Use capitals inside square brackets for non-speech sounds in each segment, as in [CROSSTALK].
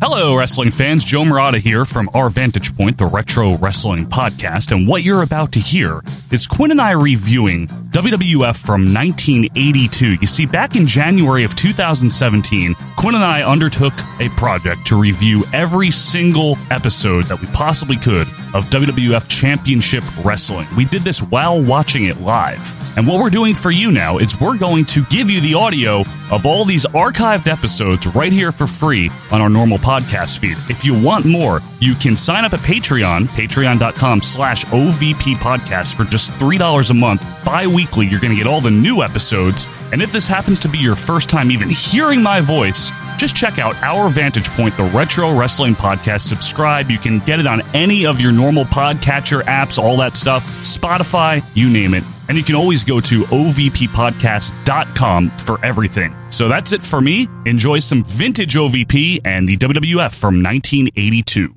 Hello, wrestling fans. Joe Murata here from Our Vantage Point, the Retro Wrestling Podcast. And what you're about to hear is Quinn and I reviewing WWF from 1982. You see, back in January of 2017, Quinn and I undertook a project to review every single episode that we possibly could of WWF Championship Wrestling. We did this while watching it live. And what we're doing for you now is we're going to give you the audio of all these archived episodes right here for free on our normal podcast feed. If you want more, you can sign up at Patreon, patreon.com slash OVP podcast for just $3 a month. Bi-weekly, you're going to get all the new episodes. And if this happens to be your first time even hearing my voice, just check out Our Vantage Point, the Retro Wrestling Podcast. Subscribe. You can get it on any of your normal podcatcher apps, all that stuff, Spotify, you name it. And you can always go to ovppodcast.com for everything. So that's it for me. Enjoy some vintage OVP and the WWF from 1982.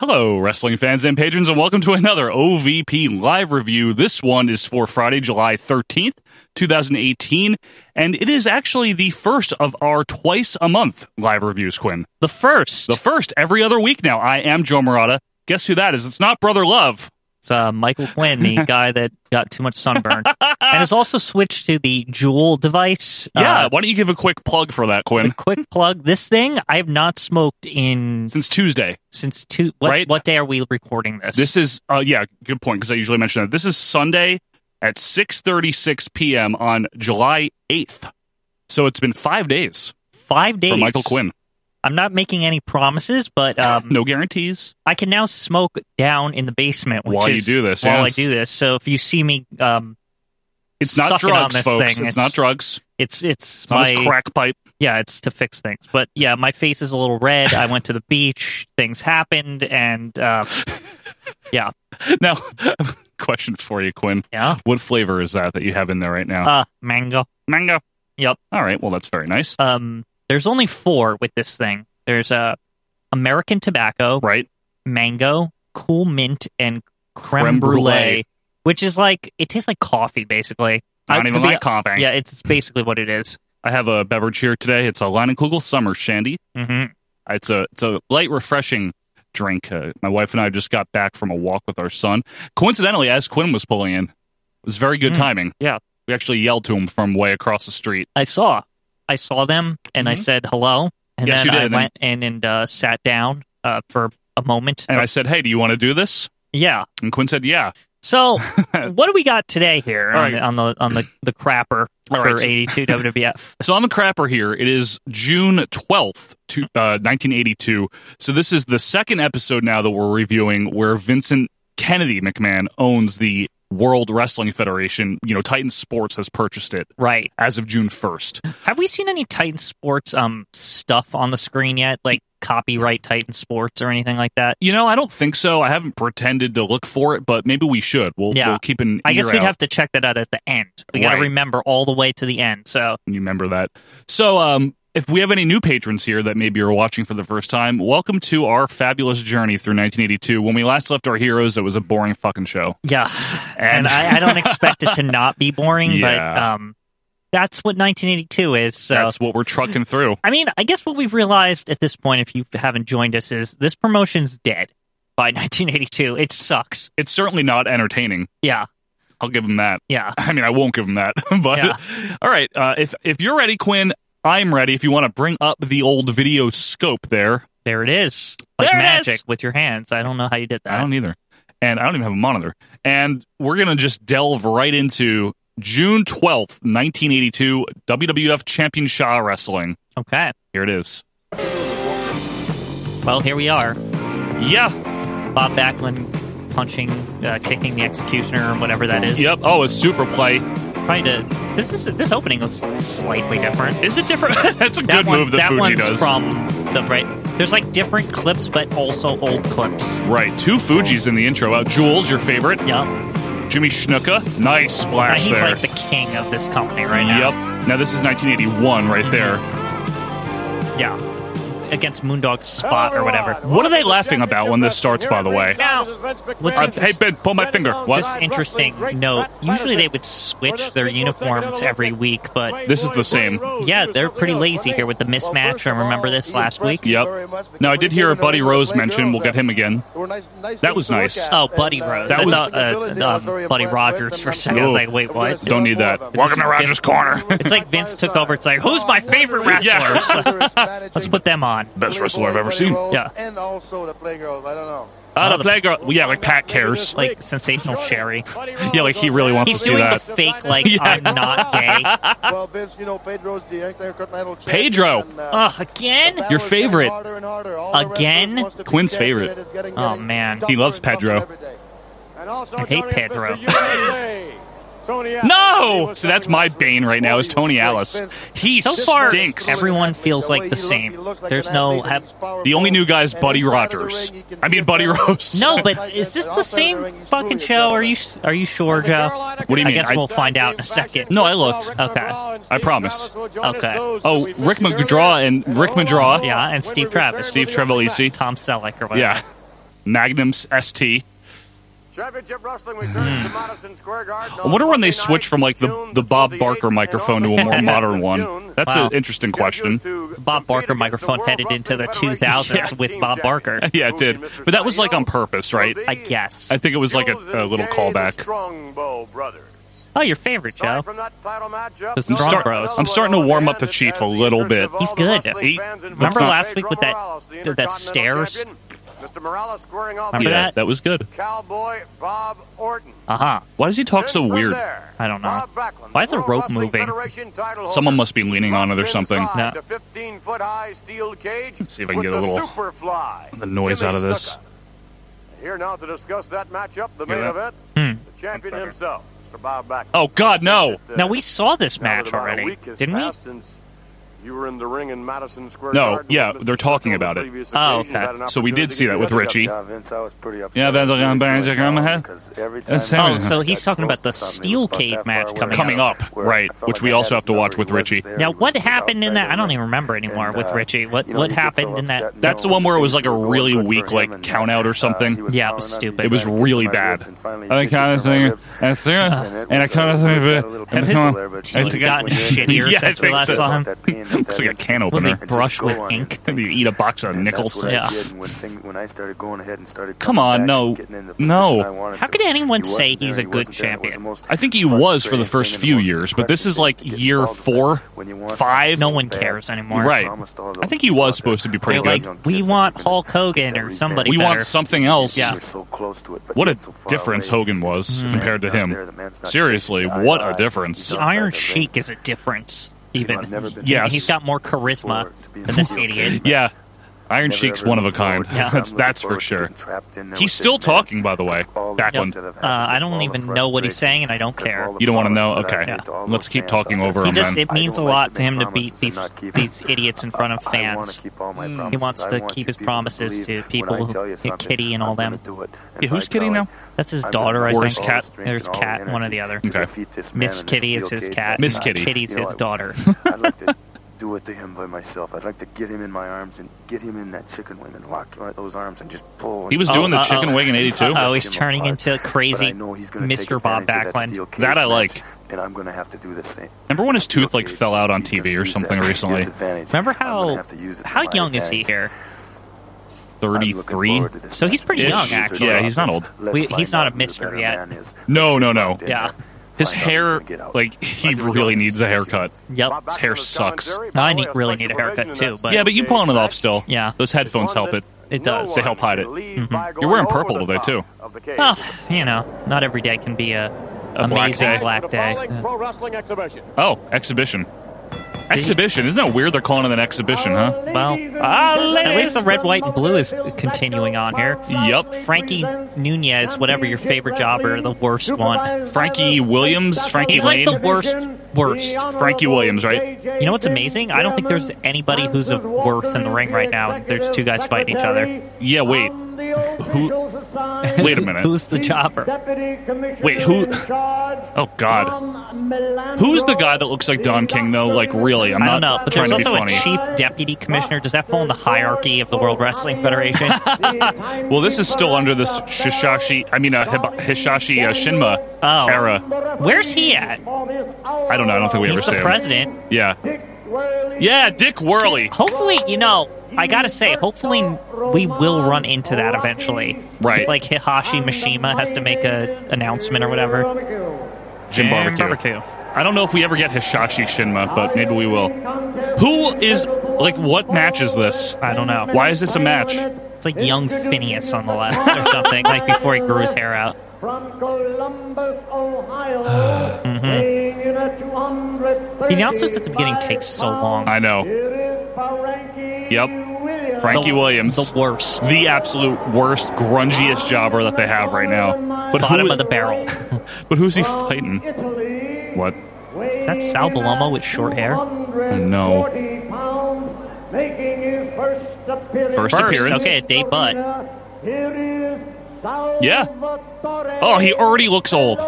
Hello, wrestling fans and patrons, and welcome to another OVP live review. This one is for Friday, July 13th, 2018, and it is actually the first of our twice a month live reviews, Quinn. The first. The first every other week now. I am Joe Murata. Guess who that is? It's not Brother Love. It's uh, Michael [LAUGHS] Quinn, the guy that got too much sunburn, and has also switched to the Juul device. Yeah, Uh, why don't you give a quick plug for that, a Quinn? quick plug: this thing I have not smoked in Since Tuesday. since two. What, Right. what day are we recording this? This is uh yeah, good point because I usually mention that. This is Sunday at 6:36 p.m. on July 8th. So it's been 5 days five days for Michael Quinn. I'm not making any promises, [LAUGHS] but um, No guarantees. I can now smoke down in the basement. Which While you is- do this, while yes. I do this, so if you see me, um, It's not sucking on drugs, this folks. thing, It's, not drugs. It's it's, It's not my his crack pipe. [LAUGHS] yeah, it's to fix things. But yeah, my face is a little red. I went to the beach. Things happened, and uh, yeah, Now, [LAUGHS] question for you, Quinn. yeah. What flavor is that that you have in there right now? Uh, mango. Mango. Yep. All right. Well, that's very nice. Um, there's only four with this thing. There's uh, American tobacco, Right. mango, cool mint, and creme, Creme brulee, brulee. which is like it tastes like coffee, basically. I Uh, don't to even be- like coffee. Yeah, it's basically what it is. I have a beverage here today. It's a Leinenkugel Summer Shandy. Mm-hmm. It's a it's a light, refreshing drink. Uh, my wife and I just got back from a walk with our son. Coincidentally, as Quinn was pulling in, it was very good Mm, timing. yeah. We actually yelled to him from way across the street. I saw, I saw them, and I Mhm. said hello, and Yes, then you did, I and then- went in and uh, sat down uh, for a moment. And I said, "Hey, do you want to do this?" yeah. And Quinn said, "Yeah." [LAUGHS] So, what do we got today here All on, right. the, on the on the the crapper All for right, so- 82 WWF? So on the crapper here, it is June 12th, to, uh, 1982. So this is the second episode now that we're reviewing where Vincent Kennedy McMahon owns the World Wrestling Federation. You know, Titan Sports has purchased it Right. as of June 1st. Have we seen any Titan Sports um stuff on the screen yet? Like copyright Titan Sports or anything like that? You know, I don't think so. I haven't pretended to look for it, but maybe we should. We'll, Yeah. we'll keep an ear I guess we'd out. have to check that out at the end. We got to Right. remember all the way to the end. So, You remember that. So, um, if we have any new patrons here that maybe are watching for the first time, welcome to our fabulous journey through 1982. When we last left our heroes, it was a boring fucking show. yeah. And I, I don't expect it to not be boring, but Yeah. um that's what 1982 is. So, That's what we're trucking through. I mean, I guess what we've realized at this point if you haven't joined us is this promotion's dead by 1982. It sucks. It's certainly not entertaining. Yeah. I'll give him that. [LAUGHS] Yeah. I mean, I won't give him that. [LAUGHS] but Yeah. [LAUGHS] all right, uh, if if you're ready, Quinn, I'm ready. If you want to bring up the old video scope there, There it is. Like There it magic is. with your hands. I don't know how you did that. I don't either, and I don't even have a monitor. And we're gonna just delve right into June 12th, 1982, WWF Champion Shaw Wrestling. Okay. Here it is. Well, here we are. Yeah. Bob Backlund punching, uh, kicking the executioner, or whatever that is. Yep. Oh, it's super play. Trying to. This is this opening looks slightly different. Is it different? [LAUGHS] That's a That good one- move that, that Fuji one's does. from the right. There's like different clips, but also old clips. right. Two Fuji's in the intro. Uh, Jules, your favorite. Yep. Jimmy Snuka. Nice And splash he's there. like the king of this company right now. Yep. Now this is 1981 right there. Yeah. against Moondog's spot or whatever. What are they laughing about when this starts, by the way? Now, what's Uh, hey, Ben, pull my finger. What? Just interesting note. Usually they would switch their uniforms every week, but This is the same. yeah, they're pretty lazy here with the mismatch. I remember this last week. Yep. Now, I did hear Buddy Rose mention. We'll get him again. That was nice. Oh, Buddy Rose. That I was- thought uh, um, Buddy Rogers for a second. I was No. like, wait, what? Don't need that. It's Walking just around Vin- this corner. [LAUGHS] It's like Vince took over. It's like, who's my favorite wrestlers? Let's put them on. Best wrestler I've ever seen. Yeah. And also the playgirls. I don't know. Uh, the playgirl. well, yeah, like Pat cares. Like sensational Sherry. Yeah, like he really wants He's to see doing that. the fake like [LAUGHS] Yeah. I'm not gay. well, Vince, you know Pedro's the Intercontinental champion, Pedro. and, uh, Ugh, again? that Your was getting favorite. harder and harder. All the Again? wrestlers wants to be Quinn's champion, favorite. and it's getting- Oh, getting man. He tougher loves and tougher Pedro. every day. And also, I hate Tony Allen Pedro. versus USA. Tony Allen. No! See, that's my bane right now is Tony Alice. He So far, stinks. everyone feels like the same. There's no have, The only new guy's Buddy Rogers. I mean, [LAUGHS] Buddy Rose. no, but is this the same fucking show? Are you are you sure, Joe? What do you I mean? guess I- we'll find out in a second. No, I looked. Okay. I promise. Okay. Oh, Rick McGraw and Rick McGraw. Yeah, and Steve Travis, Steve Trevelisi. Tom Selleck, or [LAUGHS] whatever. Yeah. Magnum's ST. Championship Wrestling Hmm. returns to Madison Square Garden. I wonder when they switch from like the, the Bob Barker microphone to [LAUGHS] [LAUGHS] a more modern one. That's Wow. an interesting question. Bob Barker microphone headed into the 2000s with Bob Barker. [LAUGHS] Yeah, it did. But that was like on purpose, right? I guess. I think it was like a, a little callback. Strongbow brothers. Oh, your favorite, Joe. The I'm, Strong Bros. I'm starting to warm up to Chief a little bit. He's good. He- remember last week with that- that stairs? Mr. Morales squaring off Remember Yeah, that? that was good. Cowboy Bob Orton. Uh huh. Why does he talk Then so from weird? there, I don't know. Bob Backlund, Why is the World rope Wrestling moving? Federation title Someone holder. must be leaning on it or something. No. The 15-foot high steel cage See if I can with get a the little- Superfly. The noise Jimmy out of this. Snuka. Here now to discuss that matchup, the Hear main that? event, Hmm. the champion himself, Mr. Bob Backlund. Oh God, no! Uh, Now we saw this now that match about a already, week has didn't we? passed Since you were in the ring in Madison Square No, Garden with yeah, Mr. they're talking Snuka on about it. previous Oh, occasions, okay. had an So we opportunity did see to that with get Richie. Yeah, Vince, I was pretty upset. Yeah, Vince, I got banged, I got my head. Because every That's time him. I Oh, so got he's talking close about the to something, steel it was about cave that match far away. coming Coming up, Where right? I felt Which like we I also had have to his watch number. with He wasn't Richie. Now, there. He was what just happened in outside that? the I don't ring. even remember anymore And, with uh, Richie. What you know, what he gets happened so in that? upset, That's you the know, one where it was things like a were going really good for weak, him, like, and, count-out or uh, something. he was Yeah, it pounding was on stupid. It these was guys with really my bad. ribs, and finally I he kind of kicked him in think, the ribs. I think, and I kind of think, And and his- come on. I I He's think gotten I, [LAUGHS] shittier yeah, I since we think last so. saw him. Looks like a can Was opener. he Opener. brushed with Go on. [LAUGHS] ink? You eat a box of nickels. That's what Yeah. I did when, thing, when I started going ahead and started Come coming on, back no. and getting in the position No. I wanted How to. could anyone He wasn't say there, he's he a good wasn't there, and it was champion? the most I think he was for the frustrating first thing, few the most years, but this is frustrating like thing to get year involved with four, when you want five. something No one bad. cares anymore. Right. Promised all I those think he people was out there. supposed to be pretty They're good. like, we want Hulk Hogan or somebody. We want better." something else. Yeah. Mm. We're so close to it, but What a yet so far difference away. Hogan was The compared to man's not there, him. the man's not Seriously, there. what Eye to a eye. difference. He's The outside Iron the Sheik ring. is a difference, You know, I've even. never been Yeah. to Yes. He's got more charisma Forward to being than this forward. idiot. Yeah, Iron Never Sheik's ever one of a looked kind. forward to it. I'm That's looking that's for forward to sure. getting trapped in there He's with still this man. talked talking, by the way. All the Backlund. shit that have Uh, happened, I don't all the even know what he's frustration, saying, and I don't care. all the You don't want to know? promises that I Okay. made to all Let's those keep fans talking out there. over He him just then. it means a I don't like lot to to him make to beat promises these and not keep these idiots in front of I want fans. to keep all my Mm. promises. He wants I to want you keep his people promises to believe when people I tell you who- something, Kitty and I'm all them. gonna do it. And Yeah, who's by Kitty golly, now? That's his I'm daughter, gonna I put Or think. his all cat. the strength There's and all cat, the one or energy the other. to Okay. defeat this man Miss in this Kitty is steel his cage. cat. Miss Uh, Kitty. Kitty's you know, his I- daughter. I'd like to do it to him by myself. I'd like to get him in my arms and get him in that chicken wing and lock those arms and just pull. He was Oh, doing the uh-oh. chicken wing in '82. Oh, he's Jim turning apart, into crazy Mr. Bob Backlund. That I like. and I'm going to have to do the same. Remember when his tooth like Okay, fell out on he's gonna TV or use something that to his recently? advantage. Remember I'm gonna how have to use it to how my young is he advantage. here? I'm looking Thirty-three. forward to this So he's match. pretty Ish. young, actually. Yeah, he's not old. Let's We- find he's not out a who the better mystered yet. man is. No, no, no. Yeah. His Find out hair, when we get out. like he really needs a haircut. Yep. His hair sucks. I need, really need a haircut too, but Yeah, but you pulling it off still. Yeah. those headphones help it. It Mm-hmm. Oh, does. They help hide it. You're wearing purple today too. well, you know, not every day can be a, amazing day. black day. Yeah. Pro Wrestling Exhibition. Oh, exhibition. Exhibition. Isn't that weird? They're calling it an exhibition, huh? Well, uh, at least the red, white, and blue is continuing on here. Yup. Frankie Nunez, whatever your favorite jobber, the worst one. Frankie Williams, Frankie He's like Lane. the worst, worst. Frankie Williams, right? You know what's amazing? I don't think there's anybody who's of worth in the ring right now. There's two guys fighting each other. yeah, wait. Who? [LAUGHS] Wait a minute. Who's the chopper? Wait, who? Oh God. Who's the guy that looks like Don King though? Like really? I'm I not don't know. But trying there's to be also a funny. chief deputy commissioner. Does that fall in the hierarchy of the World Wrestling Federation? [LAUGHS] well, this is still under this Shishashi. I mean, uh, Hib- Hishashi uh, Shinma Oh. era. Where's he at? I don't know. I don't think we He's ever see the him. president. Yeah. Yeah, Dick Worley. Hopefully, you know, I gotta say, hopefully we will run into that eventually. Right. Like Hihashi Mishima has to make a announcement or whatever. Jim Jim Barbecue. Barbecue. I don't know if we ever get Hishashi Shinma, but maybe we will. Who is like what match is this? I don't know. Why is this a match? It's like young Phineas on the left or something, like before he grew his hair out. From Columbus, Ohio, weighing in at 235 The announcements at the beginning take so long. I know. Here is Frankie Yep. Williams. Frankie Williams. The worst. the absolute worst, grungiest jobber that they have right now. But who- Bottom of the barrel. But who's he fighting? Italy, What? Is that Sal Baloma with short hair? No. 140 pounds, making his first appearance. First, appearance. Okay, a day butt. Here is Yeah. Salvatore Oh, he already looks old.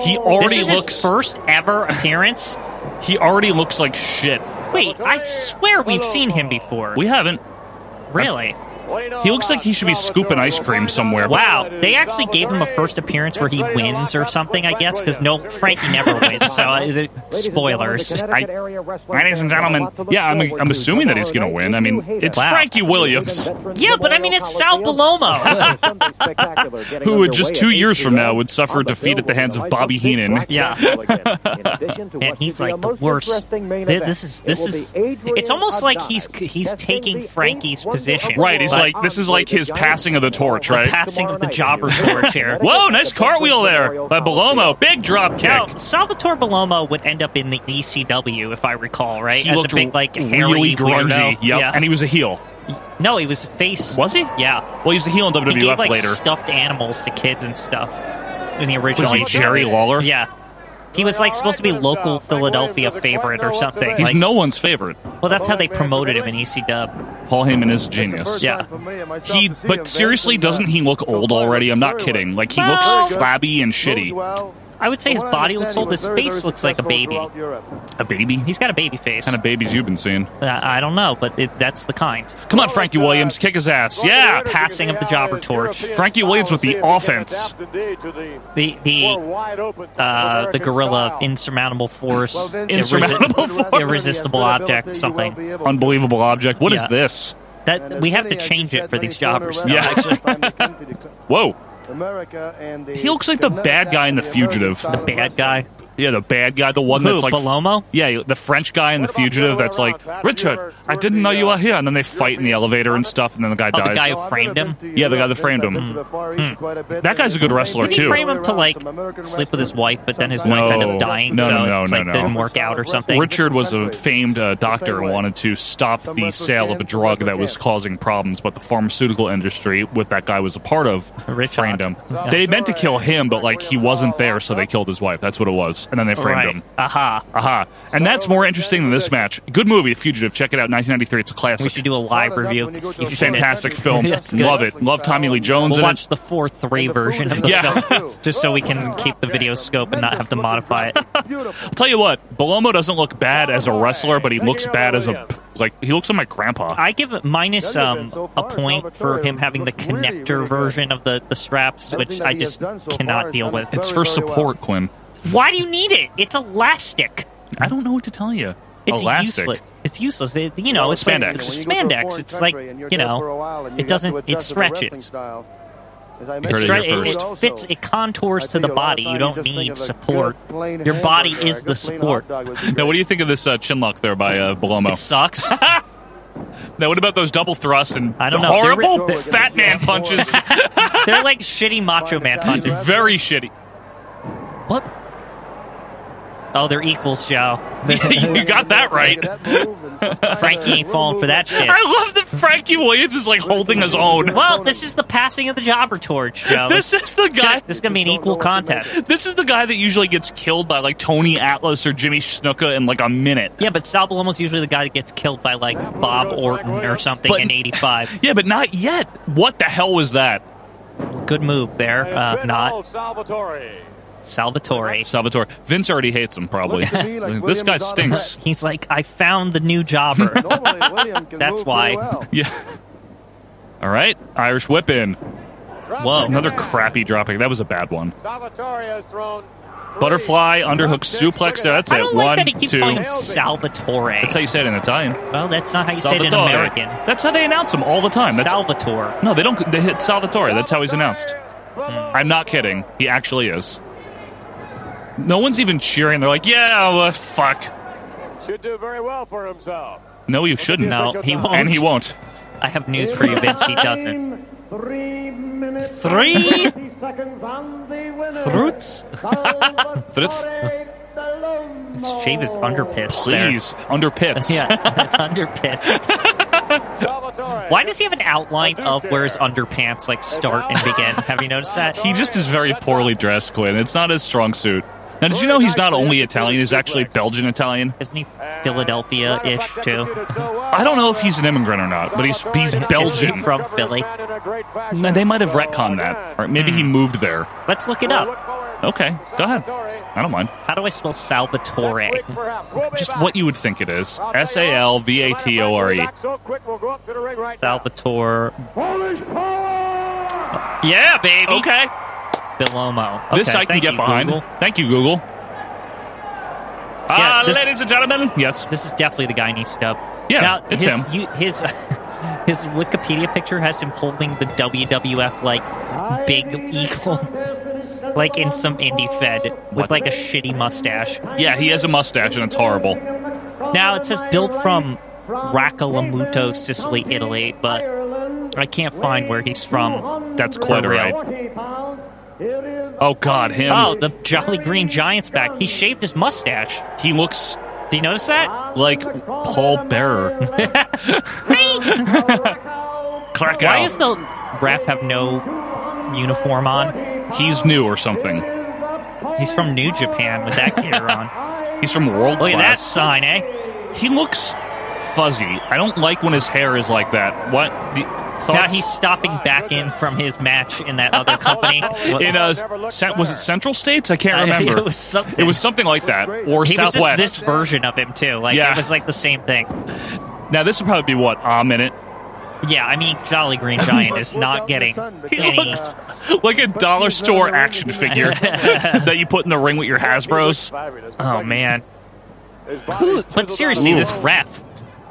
He This already is looks. his first ever appearance. he already looks like shit. Wait, I swear we've seen him before. We haven't. Really? He looks like he should be scooping ice cream somewhere. Wow, they actually gave him a first appearance where he wins or something, I guess, because no, Frankie never wins. So, uh, the- spoilers. I, Ladies and gentlemen, yeah, I'm, I'm assuming that he's gonna win. I mean, it's Wow. Frankie Williams, yeah, but I mean, it's Sal Baloma. who would just two years from now would suffer defeat at the hands of Bobby Heenan. Yeah. and he's like the worst. Th- This is this is. It's almost like he's he's taking Frankie's position. Right, he's but like this is like his passing of the torch, the right? passing of the jobber torch here. Whoa, nice cartwheel there by Belomo. Big drop kick. Now, Salvatore Baloma would end up in the ECW, if I recall, right? he As looked a big, like, hairy really grungy. weirdo. Yep. Yeah. And he was a heel. no, he was face. Was he? Yeah. Well, he was a heel in He WWF gave, like, later. stuffed animals to kids and stuff in the original. Was he Jerry Lawler? Yeah. He was, like, supposed to be local Philadelphia favorite or something. He's Like, no one's favorite. well, that's how they promoted him in E ECW. Paul Heyman is a genius. Yeah. He, but seriously, uh, doesn't he look old already? I'm not kidding. Like he Well- looks flabby and shitty. Well, I would say his From what I body looks understand, old. he was His very, face very looks like a successful baby. throughout Europe. A baby? What He's got a baby face. kind of babies you've been seeing? Uh, I don't know, but it, that's the kind. Come on, Frankie Williams, kick his ass. Yeah, Later, pass. passing of the jobber torch. Frankie Williams with the offense. The the uh, the gorilla insurmountable force, irresi- [LAUGHS] Insurmountable force. irresistible object, something. Unbelievable object. What is Yeah. this? That we have to change it for these jobbers. now, Yeah. actually. Whoa. America and the He looks like the bad guy in The Fugitive. the bad guy. Yeah, the bad guy, the one Who, that's like Belomo? Yeah, the French guy in The What about Fugitive the other that's way like, around, Pat? You Richard, were- I you're didn't the, know you uh, were here. And then they fight in the elevator and stuff, and then the guy Oh, the dies. guy who framed him? Yeah, the guy that framed him. That guy's a good wrestler, Did he too. frame him to like sleep with his wife, but then his No. wife ended up dying, No, so no, no, it's no, like no. didn't work out or something. Richard was a famed uh, doctor and wanted to stop the sale of a drug that was causing problems, but the pharmaceutical industry, with that guy was a part of, Richard. framed him. They meant to kill him, but like he wasn't there, so they killed his wife. That's what it was, and then they framed right. him. Aha. Aha! And that's more interesting than this match. Good movie, The Fugitive. Check it out, 1993. It's a We classic. should do a live review. of the future. Fantastic film. [LAUGHS] That's good. Love it. Love Tommy Lee Jones We'll in watch it. the four three version of the Yeah. [LAUGHS] [LAUGHS] film, just so we can keep the video scope and not have to modify it. I'll tell you what, Belomo doesn't look bad as a wrestler, but he looks bad as a like he looks like my grandpa. I give it minus um, a point for him having the connector version of the, the straps, which I just cannot deal with. It's for support, Quinn. Why do you need it? It's elastic. I don't know what to tell you. It's Elastic. useless. It's useless. It- you know, Well, it's like- spandex. it's spandex. It's When you go to a foreign like country and you're you there know, for a while and you it have to doesn't. It adjust to the wrestling stretches. style. As I heard It, it mentioned, here stre- it, first. it fits. It contours I to tell the you, a lot of body. You times don't just think need of a good, support. plain Your body hamburger, is a the good plain support. hot dog would be Now, great. what do you think of this uh, chin lock there by uh, Belomo? It [LAUGHS] sucks. Now, what about those double thrusts and I don't the know. They're re- horrible they're- fat man punches? [LAUGHS] [LAUGHS] They're like shitty Macho Man punches. Very shitty. What? Oh, they're equals, Joe. you got that right. Frankie ain't falling for that shit. I love that Frankie Williams is like holding his own. Well, this is the passing of the jobber torch, [LAUGHS] Joe. [LAUGHS] This is the It's guy. gonna- this is gonna be an equal contest. This is the guy that usually gets killed by like Tony Atlas or Jimmy Snuka in like a minute. Yeah, but Sal Palomo's usually the guy that gets killed by like Bob Orton or something But- in '85. Yeah, but not yet. What the hell was that? Good move there. Uh, not Salvatore. Salvatore. Salvatore. Vince already hates him, probably. Looks to me [LAUGHS] like this Williams guy on a stinks. He's like, I found the new [LAUGHS] jobber. That's why. Yeah. [LAUGHS] All right. Irish whip in. Oh Whoa. Another crappy dropping. That was a bad one. Salvatore has thrown. three. Butterfly, underhook suplex. Yeah, that's I it. don't One, like that he keeps two. calling him Salvatore. That's how you say it in Italian. well, that's not how you say it in Salvatore. American. That's how they announce him all the time. That's Salvatore. No, they don't. They hit Salvatore. That's how he's announced. I'm not kidding. He actually is. No one's even cheering. They're like, yeah, well, fuck. Should do very well for himself. No, you shouldn't. No, he won't. And he won't. I have news for you, Vince. He doesn't. [LAUGHS] Three minutes. Three 50 seconds on the winner. [LAUGHS] fruits. Fruits. Salvatore Palomo. Shave his underpits. there. Please, under pits. [LAUGHS] Yeah, that's underpants. Salvatore. Why does he have an outline of where his underpants like start and begin? Have you noticed that? He just is very poorly dressed, Quinn. It's not his strong suit. Now, did you know he's not only Italian, he's actually Belgian Italian? isn't he Philadelphia-ish too. I don't know if he's an immigrant or not, but he's, he's Belgian. From Philly. No, They might have retconned that. Or maybe Hmm. he moved there. Let's look it up. Okay, go ahead. I don't mind. How do I spell Salvatore? Just what you would think it is. S A L V A T O R E. Salvatore Polish power. Yeah, baby. Okay. Bilomo. this Okay, I can thank get you, behind. Google. Thank you, Google. Ah, Yeah, this- ladies and gentlemen. Yes. This is definitely the guy I need to dub. Yeah, now, it's his, him. You, his [LAUGHS] his Wikipedia picture has him holding the WWF like big eagle, [LAUGHS] like in some indie fed with like a shitty mustache. Yeah, he has a mustache and it's horrible. Now it says built from Racalamuto, Sicily, Italy, but I can't find where he's from. That's quite For real. right. Oh God, him. Oh, the Jolly Green Giant's back. He shaved his mustache. he looks Do you notice that? like Paul [LAUGHS] Bearer. Crack Why out. is the ref have no uniform on? He's new or something. He's from New Japan with that [LAUGHS] gear on. He's from world Look at that class. sign, eh? He looks fuzzy. I don't like when his hair is like that. What? The, Now thoughts? he's stopping back in from his match in [LAUGHS] that other company. in uh, cent- was it Central States? I can't remember. [LAUGHS] it was something. It was something like that, or he was Southwest. just this version of him too. Like Yeah. it was like the same thing. now this would probably be what a minute. [LAUGHS] Yeah, I mean Jolly Green Giant is not getting He any. looks like a dollar store action figure [LAUGHS] that you put in the ring with your Hasbro's. Oh man! But seriously, this ref,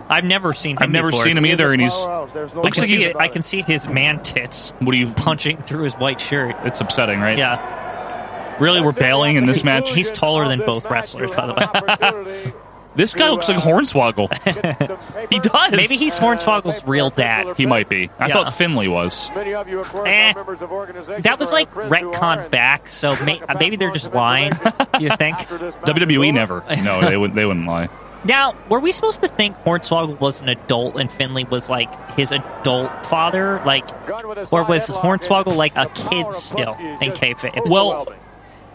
I've never seen. Him I've never before. seen him either, and he's I can Looks like see he's- it. I can see his man tits what do you? punching through his white shirt. It's upsetting, right? Yeah, Really, we're bailing in this match. He's taller than both wrestlers, by the way. [LAUGHS] way. This guy looks like Hornswoggle. he does. maybe he's Hornswoggle's real dad. He might be. I [LAUGHS] Yeah. thought Finley was. Many of you, of course, Eh. are members of organizations That was or like have friends who are, retcon and back, so may, maybe they're just lying. You think? after this match is WWE E over, E never. No, they wouldn't. They wouldn't lie. Now, were we supposed to think Hornswoggle was an adult and Finley was like his adult father? Like, Gunn with a or side was headlock Hornswoggle and like a the power kid of still Bucky is in just kayfabe? Well, overwhelming.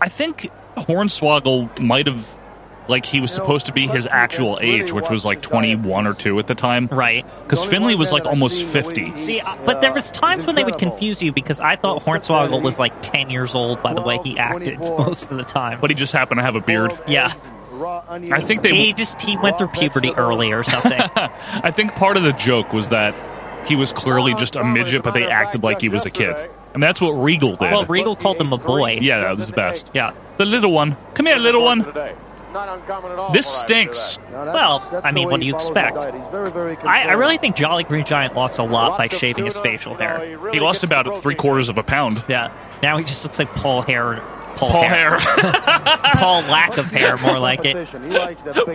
I think Hornswoggle might have, like, he was supposed to be his actual age, which was like 21 or 2 at the time. right. Because Finley was like almost 50. See, uh, but there was times when they would confuse you because I thought Hornswoggle was like ten years old by the way he acted most of the time. But he just happened to have a beard. yeah, I think they. he just he went through puberty early or something. [LAUGHS] I think part of the joke was that he Oh, was clearly just a midget, but they acted like he was a kid. And that's what Regal did. well, Regal called him a boy. yeah, that was the best. yeah. The little one. Come here, little one. Today. Not uncommon at all This for Irish stinks. to Well, I mean, what do you expect? I, I really think Jolly Green Giant lost a do that. lot by Lots of shaving his tuna, facial you know, hair. really He lost gets the about protein. three quarters of a pound. Yeah. Now he just looks like Paul Hair. Paul, Paul Hair. Hair. [LAUGHS] Paul lack of hair, more like it.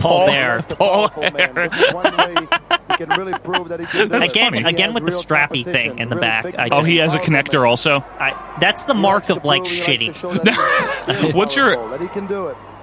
Paul [LAUGHS] Paul Bear. Bear. Paul Paul Oh, Bear. [LAUGHS] That's Again, funny. Again, again with the strappy thing in the back. I Oh, he has a connector also. [LAUGHS] I, that's the mark of like shitty. What's your-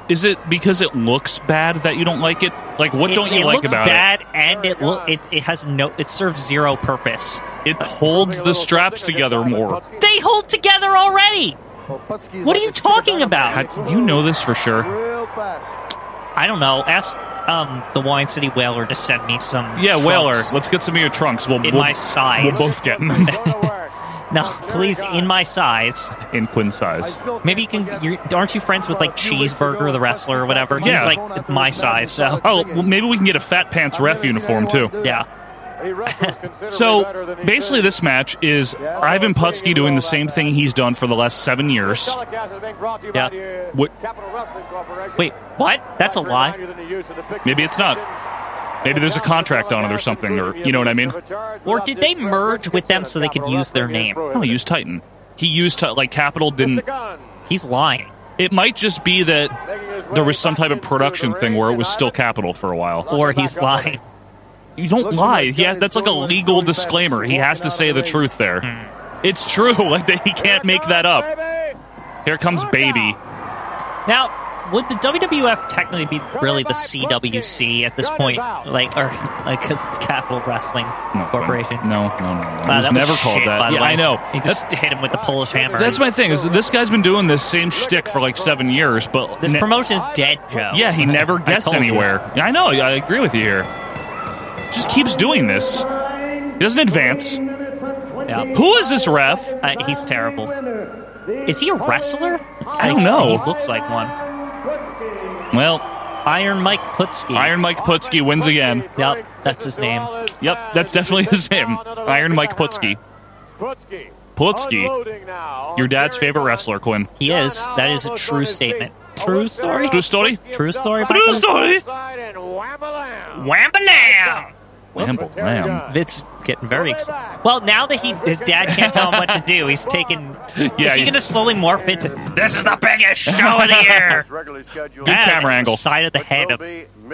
Is it because it looks bad that you don't like it? Like, what It's- don't you it like looks about Oh, bad, and it, lo- it it has no it serves zero purpose. it? It holds the straps together more. They hold together already. What What are you talking How, about? do you know this for sure? Real fast. I don't know. Ask um the Wine City Whaler to send me some. Yeah, Whaler. trunks Let's get some of your trunks. We'll, in we'll, my we'll size. both get them Go to work. [LAUGHS] no, please, in my size. in Quinn I size. still Maybe you can't can. forget- You're, aren't you friends with like Cheeseburger, the wrestler, or whatever? Yeah. He's like my size, so Oh, well, maybe we can get a Fat Pants ref uniform too. yeah. [LAUGHS] He wrestles considerably better So than he basically, should. this match is Ivan Putski doing the same thing he's done for the last seven years. Telecast is being brought to you Yeah. by the uh, What- Capital Wrestling Corporation. Wait, what? That's a lie. Maybe it's not. Maybe there's a contract on it or something, or you know what I mean. Or did they merge with them so they could use their name? No, he used Titan. He used Ti- like Capital Oh, didn't. He's lying. It might just be that there was some type of production thing where it was still Capital for a while. Or he's lying. You don't lie. Yeah, that's like a legal disclaimer. He has to say the truth there. Hmm. It's true. [LAUGHS] Like that, he can't make that up. Here comes baby. Now, would the WWF technically be really the CWC at this point? Like, or like, because it's Capital Wrestling No, Corporation. No, no, no. no. Wow, it was that never was called shit, by that. the Yeah, way. I know. He That's, just hit him with the Polish hammer. that's my thing. Is that this guy's been doing this same shtick for like seven years, but This ne- promotion is dead, Joe. Yeah, he never [LAUGHS] I gets told you. anywhere. Yeah, I know. I agree with you here. Just keeps doing this. He doesn't advance. Yeah. Who is this ref? Uh, he's terrible. Is he a wrestler? I don't know. He looks like one. Well, Iron Mike Putski. Iron Mike Putski wins again. Yep, that's his name. Yep, that's definitely his name. Iron Mike Putski. Putski. Putski, Unloading now. your dad's favorite wrestler, Quinn. He is. That is a true statement. True story. True story? True story. True story! Side and wham-a-lam. Wham-a-lam! Wamble, lamb. Vince getting very excited. Well, now that he his dad can't tell him what to do, he's taking. [LAUGHS] Yeah, is he he- going to slowly morph into? This is the biggest show [LAUGHS] of the year. It's regularly scheduled. Good camera angle. Side of the head of.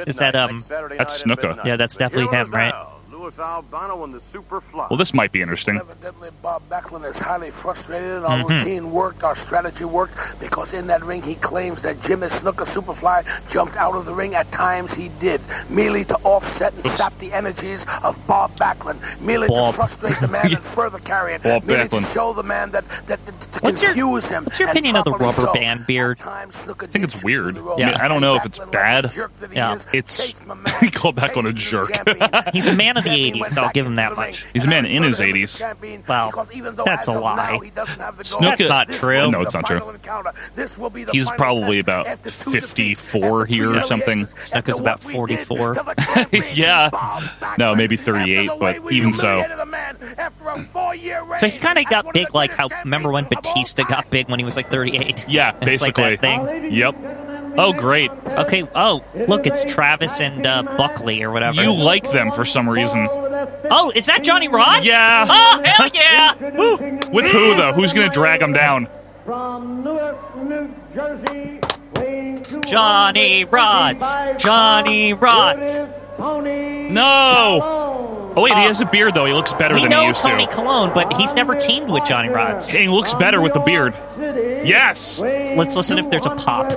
Is that, um, That's Snuka. Yeah, that's definitely him, right? Luis Albano and the Super Fly. Well, this might be interesting. Evidently, Bob Backlund is highly frustrated. Our Mm-hmm. routine worked, our strategy worked, because in that ring he claims that Jimmy Snooker Superfly jumped out of the ring. At times he did, merely to offset and stop the energies of Bob Backlund, merely Bob. to frustrate [LAUGHS] the man and further carry it, Bob merely Backlund. to show the man that, that, that to What's your- confuse him. what's your and opinion of the properly rubber so. band beard? At times, Snooker think it's did weird. screw the Yeah, road. I don't know if it's Backlund, like bad. the jerk that he Yeah. is, It's- [LAUGHS] chased my man, Call Backlund a chased the jerk. champion. He's a man of the Champion 80s. went I'll back give him into that the ring. much. He's a man in his Champion 80s. champion, Well, because even though that's I a don't lie. know, he doesn't have the Snooki- gold. That's not This true. will be Oh, No, it's the not true. final encounter. This will be the He's final probably test about after two 54 defeats, here or after something. humiliations, Snooki's after about what we did 44. [LAUGHS] to the champion, Yeah. Bob Backlund, No, maybe after the 38, way but we even so. humiliated the man after a four-year So he reign kind of as one got the big, like how greatest remember when champions of all Batista time. got big when he was like 38? Yeah, It's like basically. that thing. Yep. Oh, great. Okay. Oh, look, it's Travis and uh, Buckley or whatever. You like them for some reason. Oh, is that Johnny Rods? Yeah. Oh, hell yeah. Woo. With who, though? Who's going to drag him down? From Newark, New Jersey, weighing Johnny Rods. 255 Johnny Rods. Here it is, Tony No! Colon. Oh, wait, he has a beard, though. He looks better We than he know used Tony to. Cologne, but he's never teamed with Johnny Rods. And he looks From better with the New beard. York City, Yes! weighing Let's listen if there's a pop.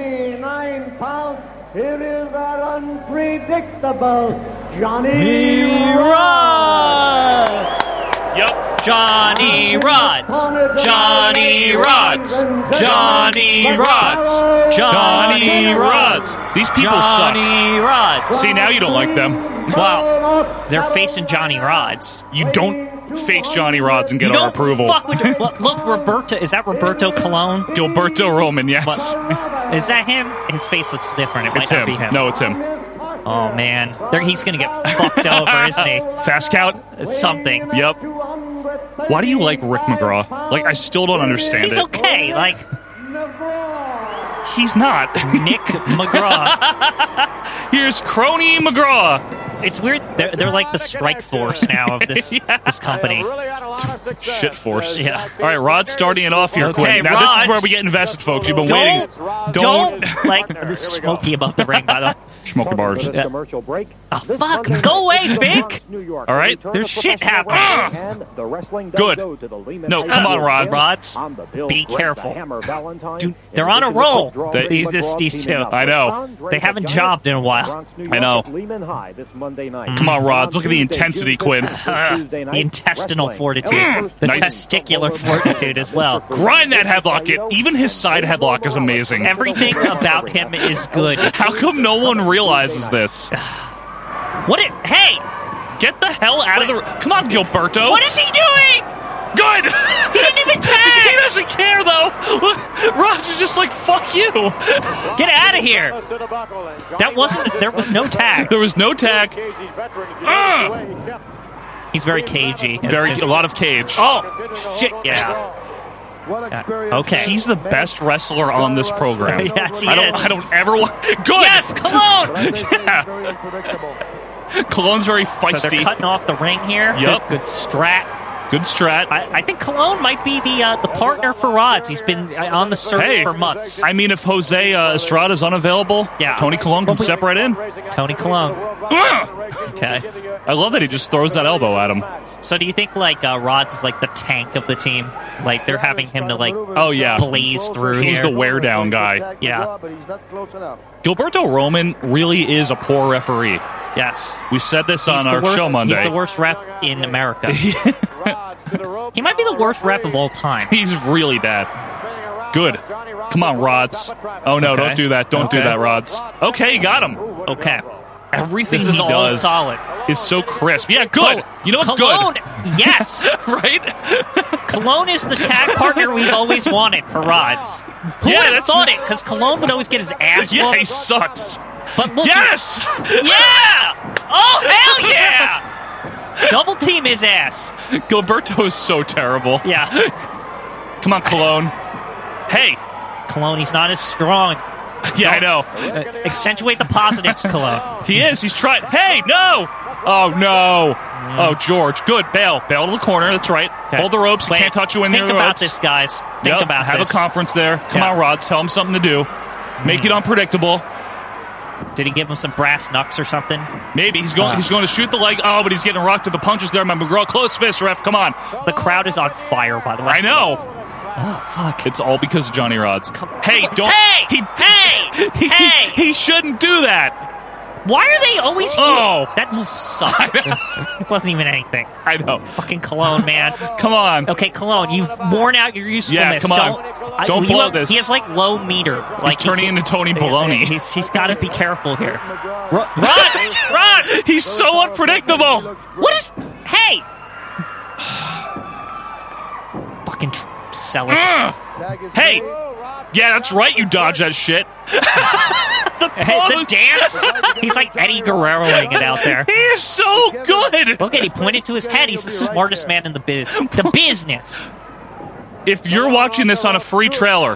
239 pounds. Here is our unpredictable Johnny Rods! Yep. Johnny Rods! Johnny Rods! Johnny Rods! Johnny Rods. These people suck. Johnny Rods! See, now you don't like them. Wow. They're facing Johnny Rods. You don't face Johnny Rods and get You our don't approval. fuck [LAUGHS] with well, Look, Roberta. Is that Roberto Cologne? Gilberto Roman, yes. Is that him? His face looks different. It might It's not him. be him. No, it's him. Oh, man. There, he's going to [LAUGHS] get fucked over, isn't [LAUGHS] Fast count? he? Something. Yep. Why do you like Rick McGraw? Like, I still don't understand He's it. okay. Like, He's not. [LAUGHS] Nick McGraw. Here's Crony McGraw. It's weird. They're, they're like the strike force now of this this company. Really had a lot of success. Shit force. Uh, Yeah. Jack All right, Rod's starting it off here Okay, quick. Now, this is Rod's- where we get invested, folks. You've been waiting. Don't Rod's don't, partner. like Here we go. this smoky above the ring. By the way, Smoking bars. For this commercial break. Oh, This fuck. Sunday Go night, away, Bronx, Vic. New York. All right. Return There's of shit professional happening. wrestling and the wrestling Good. does go to the Lehman No, High come on, School Rods. Gym. Rods, On the Bill be Brett, the careful. [LAUGHS] Hammer Valentine. Dude, In they're on a addition to roll. Quick Draw, They- Big these- Butt this- Brawl these teaming two. up I know. with Andre They haven't the Giant jobbed in a while. Bronx, New I York, know. Lehman High this Monday night. Come on, Rods, look at the Tuesday, intensity, June Quinn. 15th, Tuesday night, intestinal wrestling. fortitude. Elmer The Fudd, testicular Buffalo fortitude as [LAUGHS] well. Grind that headlock in. Even his side headlock is amazing. Everything about him is good. How come no one realizes this? What? It, hey, Get the hell out of the. r- Come on, Gilberto. what is he doing? Good. He didn't even [LAUGHS] tag. he doesn't care though. Raj is just like fuck you. [LAUGHS] Get out of here! Close to the buckle, and Johnny That wasn't. There was no tag. There was no tag. Casey's veteran, he Ah! knows the way he kept He's very cagey. Very a lot of cage. Oh shit! Yeah. What experience okay. he's the best wrestler on this program. [LAUGHS] Yes, he I don't. is. I don't ever want. Good. Yes, Cologne. Yeah. Very unpredictable. Cologne's very So feisty. they're cutting off the ring here. Yup. Good, good strat. Good strat. I, I think Cologne might be the uh, the partner for Rods. He's been uh, on the search Hey. for months. I mean, if Jose uh, Estrada is unavailable, Yeah. Tony Cologne can step right in. Tony Colon. Ah! Okay. I love that he just throws that elbow at him. [LAUGHS] So do you think like uh, Rods is like the tank of the team? Like they're having him to like Oh, yeah. blaze through He's here. the wear down guy. Yeah. But he's not close enough. Gilberto Roman really is a poor referee. yes. We said this He's on the our worst- show Monday. He's the worst ref in America. he might be the worst ref of all time. [LAUGHS] He's really bad. Good. Come on, Rods. Oh no, Okay. don't do that. Don't do Okay. that, Rods. Okay, you got him. Okay. Everything This is he all does solid. is so crisp. Yeah, [LAUGHS] good. You know what's Cologne, good? yes. [LAUGHS] right? Cologne is the tag partner we've always wanted for Rods. Who Yeah, would have that's- thought it? Because Cologne would always get his [LAUGHS] ass yeah, he whooped. [LAUGHS] sucks. But look, Yes! yeah! Oh [LAUGHS] hell yeah! Double team his ass. Gilberto is so terrible. Yeah, Come on, Cologne. [LAUGHS] Hey. Cologne, he's not as strong. Yeah, I know. Uh, accentuate the positives, [LAUGHS] Cologne. He is. He's trying. Hey, no! Oh, no. Oh, George. Good. Bail. Bail to the corner. That's right. Hold the ropes. He Wait, can't touch you in Think near the about ropes. this, guys. Think Yep, about Have this. a conference there. Come Yeah. Hmm. on, Rods. Tell him something to do. Make it unpredictable. Did he give him some brass knucks or something? Maybe he's going. Ah. He's going to shoot the leg. Oh, but he's getting rocked with the punches there. My McGraw, close fist, ref. Come on. The crowd is on fire, Oh, by the way. I know. fuck. It's all because of Johnny Rods. Hey, don't. Hey! He, hey! [LAUGHS] he, hey! He shouldn't do that. Why are they always here? Oh. That [LAUGHS] move sucked. it wasn't even anything. I know. Fucking Cologne, man. [LAUGHS] Come on. Okay, Cologne, you've worn out your usefulness. Yeah, come on. Don't, Don't he blow lo- this. He has like low meter. Like he's turning he- into Tony Baloney. [LAUGHS] He's, he's got to be careful here. Run, run! He's so unpredictable. What is? Hey! [SIGHS] Fucking tr- sell it. Ugh. Hey. Yeah, that's right. You dodge that shit. the [LAUGHS] Hey, the punch. dance. He's like Eddie [LAUGHS] Guerreroing it out there. He is so good. Look at he pointed to his head. He's the smartest man in the biz. [LAUGHS] The business. If you're watching this on a free trailer,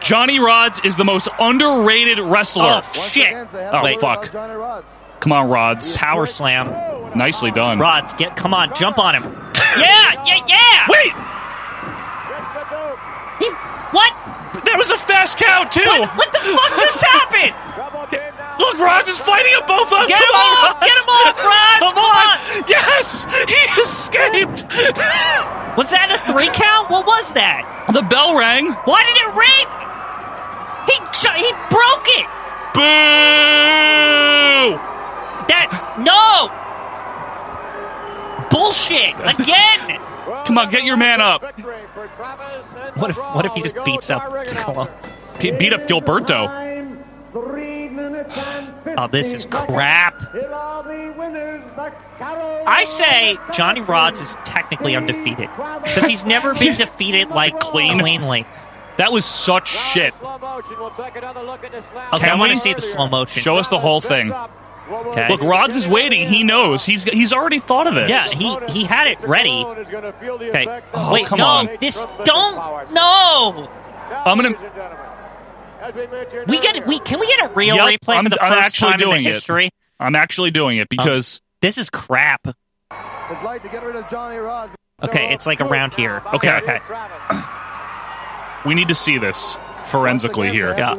Johnny Rods is the most underrated wrestler. Oh shit! Oh, Wait, fuck. Johnny Rods. Come on, Rods. Power slam. Nicely done. Rods, get come on, jump on him. Yeah, yeah, yeah. Wait, He, what? that was a fast count too. What? What the fuck just happened? Look, Rods is fighting him both on. [LAUGHS] Get Come him on, off! Get him [LAUGHS] off, Rods! Come on. Yes, he escaped. [LAUGHS] Was that a three count? What was that? the bell rang. Why did it ring? He ju- he broke it. Boo! That no. [LAUGHS] Bullshit again. Come on, get your man up. What if what if he just beats up Cologne? He beat up Gilberto. Time, three minutes and Oh, this is 15 seconds. crap. Here are the winners, the Carolina I say Johnny Rods is technically undefeated because he's never [LAUGHS] been defeated like Clean. cleanly. That was such shit. Okay, I Can want we? to see the slow motion. Show us the whole thing. Okay. Look, Rods is waiting. He knows. He's he's already thought of this. yeah, he he had it ready. Okay, Oh, wait, come no, on. this don't. No, I'm gonna. we get we can we get a real Yep, replay I'm- for the I'm 1st actually time in doing the it. history. I'm actually doing it because This is crap. It's like to get rid of Johnny Rod. Okay, it's like around here. Okay. [COUGHS] okay. we need to see this forensically here. Oh. Yeah.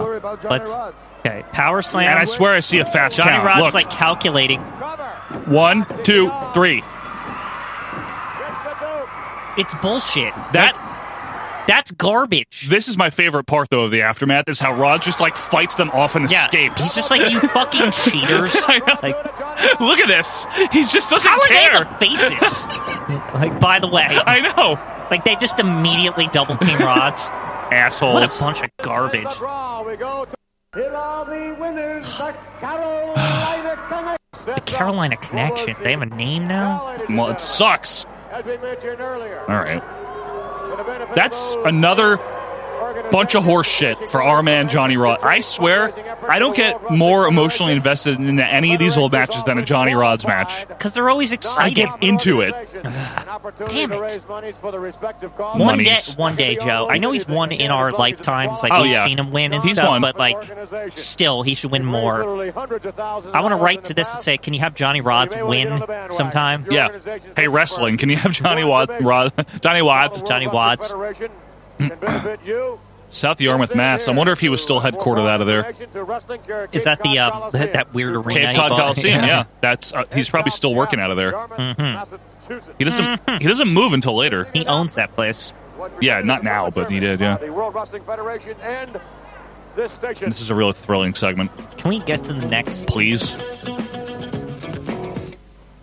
Let's- Let's. Okay, power slam. And I swear I see a fast Johnny count. Rod's Look, like calculating. one, two, three. It's bullshit. That That's garbage. this is my favorite part though of the aftermath is how Rod just like fights them off and yeah, escapes. he's just like you fucking cheaters. [LAUGHS] I know. Like, Look at this. He just doesn't how are care. they the [LAUGHS] faces? like, by the way, I know. like they just immediately double [LAUGHS] team Rods. what Assholes. a bunch of garbage. Here are the winners, the Carolina Connection. The Carolina Connection. They have a name now. Well, it sucks. As we mentioned earlier, All right. for the benefit of That's those another organizations bunch of horse shit for our man Johnny Rod. I swear, I don't get more emotionally invested in any of these old matches than a Johnny Rod's match. Because they're always I excited. get into it. Damn [SIGHS] Damn it. One one day, monies. one day, Joe. I know he's won in our lifetimes. Like Oh, we've yeah. seen him win and He's stuff, won. but like, still, he should win more. I want to write to this and say, can you have Johnny Rods win sometime? Yeah. Hey, wrestling, can you have Johnny Wad, Rod, Johnny Watts, Johnny Wads. [CLEARS THROAT] South Yarmouth, Mass. I wonder if he was still headquartered out of there. Is that the uh, um, that, that weird arena? Cape he Cod bought? [LAUGHS] Coliseum, yeah. That's uh, he's probably still working out of there. Mm-hmm. He doesn't he doesn't move until later. He owns that place. Yeah, not now, but he did, yeah. The World Wrestling Federation and this station. This is a real thrilling segment. Can we get to the next? Please.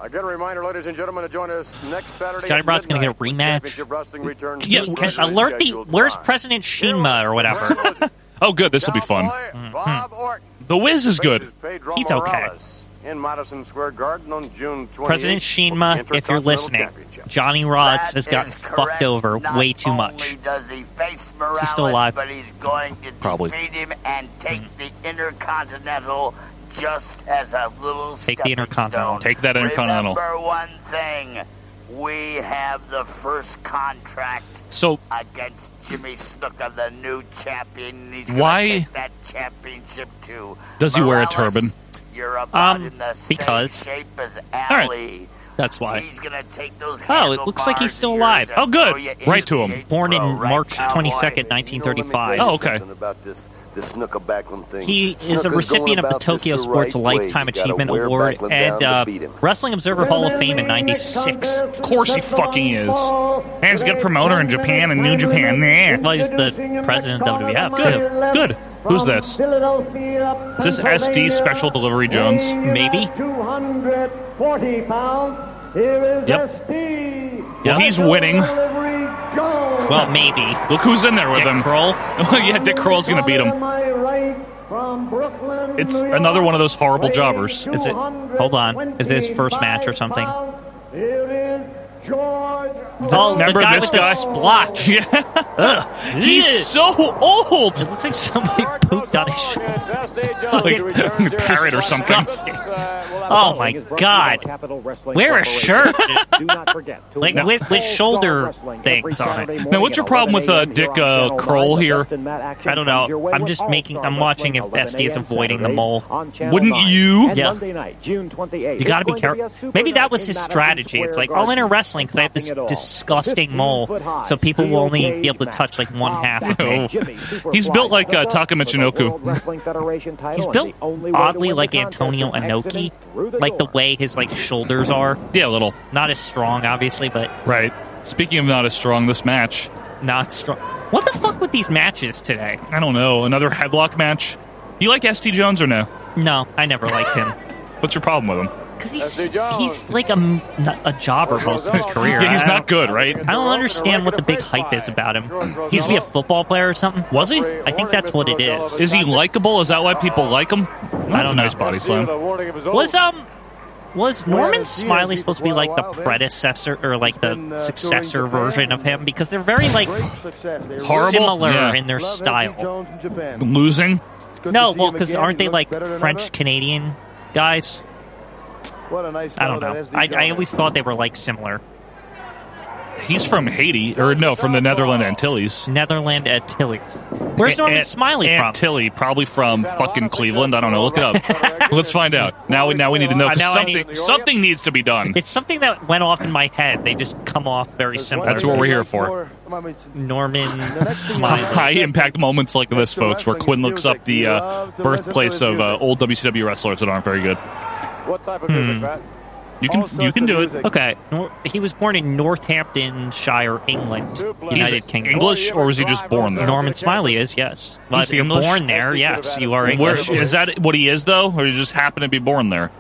Again, a reminder, ladies and gentlemen, to join us next Saturday. Johnny at Rod's gonna midnight. get a rematch. Championship Wrestling returns Yeah, to Can, the can regularly alert the. scheduled Where's time. President Shinma or whatever? Mm-hmm. Oh, good. [LAUGHS] This will be fun. Cowboy Bob Orton The Wiz is good. faces Pedro He's okay. Morales In Madison Square Garden on June 28th. President for Shinma, the if you're Intercontinental listening, Championship. Johnny Rods That has gotten is correct. fucked over Not way too only much. Does he face he Morales, still alive? But he's going to Probably. defeat him and take the Intercontinental just as a little Take the stepping Intercontinental. stone. Take that Intercontinental. Remember one thing: we have the first contract So against Jimmy Snooker, the new champion. and He's gonna Why take that championship too? Does he wear a Morales, turban? You're about Um, in the same because- shape as right. Ali. That's why. He's gonna take those Oh, it looks like he's still alive. Oh, good. Right to him. Born in March Hey, 22nd, you know, let me tell 1935. you Oh, okay. something About this, this snooker backroom thing. He is Snooker's a going recipient of the about this Tokyo Sports right way. Lifetime You gotta Achievement wear Award Backlund down and to uh, beat him. Wrestling Observer Hall of Fame in 96. of course he fucking is. And he's a good promoter in Japan and New Japan. Nah. Well, he's the president of WWF, too. Good. Good. Who's this? Is this SD Special Delivery Jones? Maybe. 240 pounds. Here is Yep. SD. Well, he's winning. Delivery Jones. Well, maybe. Look who's in there with Dick him. Kroll. [LAUGHS] yeah, Dick Kroll's gonna beat To him. my right from Brooklyn, It's New York, another one of those horrible jobbers. Is it- hold on. Is this his first match or something? 225 pounds. Here is George. Oh, Remember the guy this with guy? the [LAUGHS] splotch. Yeah, he's so old. It looks like somebody pooped on his shoulder. [LAUGHS] Like parrot or something. Disgusting. Oh my god. Wear a shirt. like with, with shoulder things on it. Now, what's your problem with uh, Dick uh, Kroll here? I don't know. I'm just making. I'm watching if SD is avoiding the mole. Wouldn't you? Yeah. night, June 28th. You got to be careful. Maybe that was his strategy. It's like I'll enter wrestling because I have this disgusting mole, so people will only be able to touch like one half of me. He's built like, uh, Taka Michinoku. [LAUGHS] He's He's built oddly like Antonio Inoki, like the way his like shoulders are. Yeah, a little. Not as strong, obviously, but Right. Speaking of not as strong, this match. not strong. What the fuck with these matches today? I don't know. Another headlock match. You like SD Jones or no? No, I never liked [LAUGHS] him What's your problem with him? because he's he's like a m- a jobber most of his career. Yeah, he's I don't- not good, right? I don't understand what the big hype is about him. He used to be a football player or something. Was he? I think that's what it is. Is he likable? Is that why people like him? That's a don't nice know. body slam. Was um was Norman it's Smiley here supposed to be for a like the while, then. predecessor or like been, the uh, successor touring Japan. version of him? Because they're very like Horrible? similar Yeah. in their style. Losing? No, well, because aren't they like French Canadian guys? What a nice I don't know. I, I always thought they were like similar. He's from Haiti, or no, from the Netherland Antilles. Netherland at Tilly's. Where's Norman Aunt- Smiley from? Aunt Tilly, probably from fucking Cleveland. I don't know. Look it up. Let's find out. Now we now we need to know 'cause Uh, now I something need- something needs to be done. It's something that went off in my head. They just come off very similar. That's what we're here for. [LAUGHS] Norman [LAUGHS] Smiley. High impact moments like this, folks, where Quinn looks up the uh, birthplace of uh, old WCW wrestlers that aren't very good. What type of Hmm. music, Pat? You can you can do it. Okay, Nor- he was born in Northamptonshire, England, He's United Kingdom. English, or was he just born there? Norman Smiley is yes. Well, He's if you're English? born there, yes, you are Where, English. is that what he is though, or he just happened to be born there?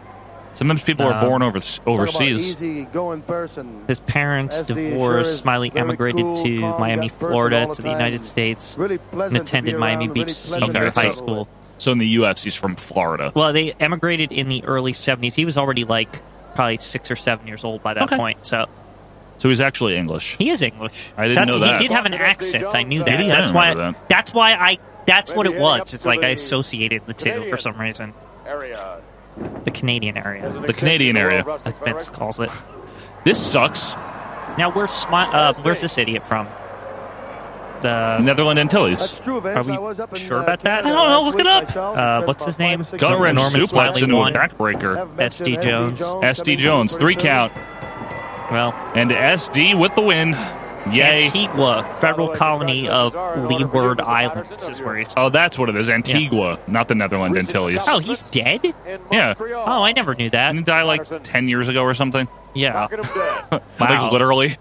Sometimes people are Uh, born over, overseas. Easy going person. His parents As the divorced. insurers, Smiley very emigrated cool, to calm, Miami, that person Florida, all the to the time. United States, Really and pleasant. attended to be Miami around, Beach really Senior pleasant Okay, to High travel School. with. So in the U.S., he's from Florida. Well, they emigrated in the early 70s. He was already like probably six or seven years old by that Okay. point. So So he's actually English. he is English. I didn't that's, know that. He did have an accent. I knew that. Did he? I That's didn't why. remember that. That's why I. That's what it Maybe up was. It's to like I the associated the two for Canadian. some reason. Area. The Canadian area, The Canadian area. as Vince calls it. This sucks. Now where's Smi- uh, where's this idiot from? The Netherland Antilles. That's true, Vince. Are we I was up in, sure uh, about that? Canada I don't know, look last it up. week myself. Uh, Spent wrench about five, suplex six Gut wrench Norman suplex Smiley into won. a backbreaker. Have mentioned SD SD Jones. SD coming Jones, from three Brazil. count, well, and SD with the win. Yay! Antigua, federal colony of Leeward Islands, is where he's. Oh, that's what it is. Antigua, not the Netherland Antilles. Oh, he's dead. Yeah. Oh, I never knew that. Didn't he die like ten years ago or something? Yeah, Wow. Like literally.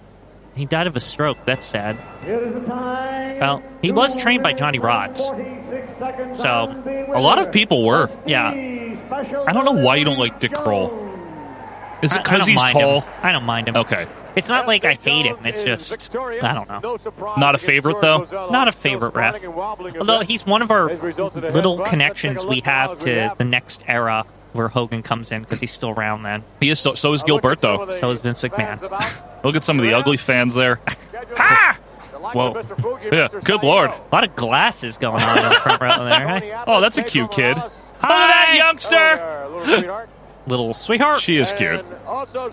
he died of a stroke. That's sad. Here is the time. Well, he was trained by Johnny Rods. 46 seconds So, on the A lot of winner. people were. Yeah, Special I don't know why you don't like Dick Kroll. Is it I- I don't because he's mind tall? Him. I don't mind him. Okay. It's not like I hate him. It's just I don't know. Not a favorite, though? Not a favorite ref. Although he's one of our little connections we have to the next era where Hogan comes in because he's still around then. He is so, so is Gilberto. So is Vince McMahon. Look at some of the ugly fans there. ha! Whoa. Yeah, good lord. A lot of glasses going on in the front row [LAUGHS] there. Right? Oh, that's a cute kid. Look at that Hi, Oh, youngster. little sweetheart. She is cute.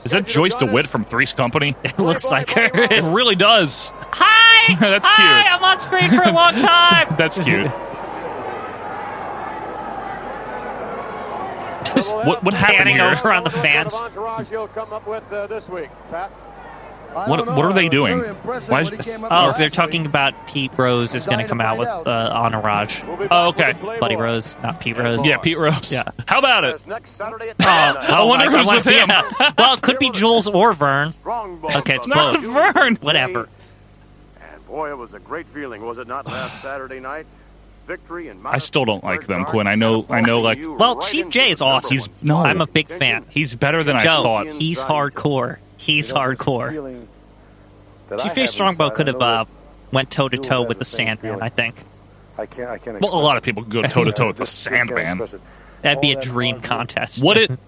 Is that Joyce DeWitt from Three's Company? It looks like her. It really does. Hi, [LAUGHS] That's hi, cute. I'm on screen for a long time. That's cute. [LAUGHS] Just- what what happened Panning here? over on [LAUGHS] the fans. uh, I What don't know. what are I they was doing? very impressed Why is with what he came up Oh, with they're last talking week. about Pete Rose is going to come out with uh, Entourage. Oh, okay. Buddy Rose, not Pete Rose. Yeah, Pete Rose. Yeah. How about it? Next Saturday at I wonder my- who's I with him. [LAUGHS] yeah. well, it could be Jules or Vern. Wrong ball. Okay, it's brother. Not both. Vern. Whatever. And boy, it was a great feeling, was it not? Last Saturday night, victory and I still don't like them, Quinn. I know. I know. Like Well, Chief J is awesome. He's- no. I'm a big fan. he's better than I Joe, thought. he's hardcore. He's hardcore. Feeling that I Chief have J Strongbow inside, I could have know uh, went toe to Jules toe has with the the same Sandman. feeling. I think I can't. I can't. Well, a express lot of people go toe to it. toe with the Just- just can't Sandman. express it. that'd be a All that dream hard work contest. What it?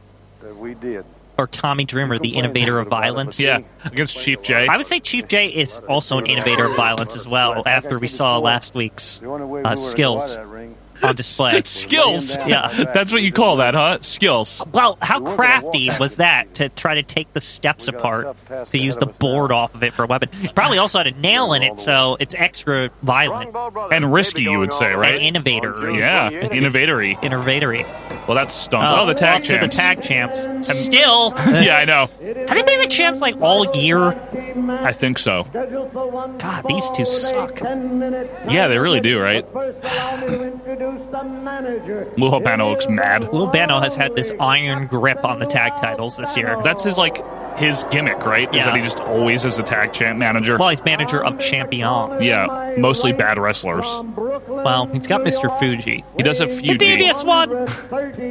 that we did. [LAUGHS] or Tommy Dreamer, the innovator of violence? Yeah, against Chief J. I would say Chief J is also an innovator of violence as well. After we saw last week's The only way we uh, were skills That ring, on display. skills. Yeah. that's what you call that, huh? Skills. Well, how We weren't gonna crafty walk. was that to try to take the steps We got a apart tough task to use ahead the of us board now. off of it for a weapon? Probably also had a nail in it, so it's extra violent. And risky, you would say, An right? innovator, Yeah, innovatory. innovatory. Well, that's stunk. Uh, Oh, the tag off to the champs. tag champs. Still, [LAUGHS] Yeah, I know. have they been the champs like all year? I think so. God, these two suck. Yeah, they really do, right? Lou Albano looks mad. Lil Bano has had this iron grip on the tag titles this year. That's his like his gimmick, right? Is Yeah. that he just always is a tag champ manager? well, he's manager of champions. yeah, mostly bad wrestlers. Well, he's got Mr. Fuji. He does have few. The G. devious one.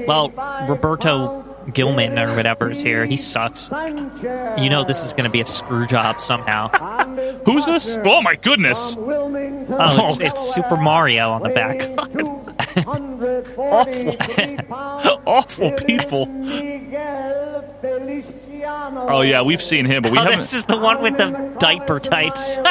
Well, Roberto Gilman or whatever is here. He sucks. You know this is going to be a screw job somehow. Who's this? Oh my goodness! [LAUGHS] Oh, it's, it's Super Mario on the back. [LAUGHS] Oh, Awful. Awful people. Oh yeah, we've seen him, but we oh, haven't. this is the one with the diaper tights. [LAUGHS]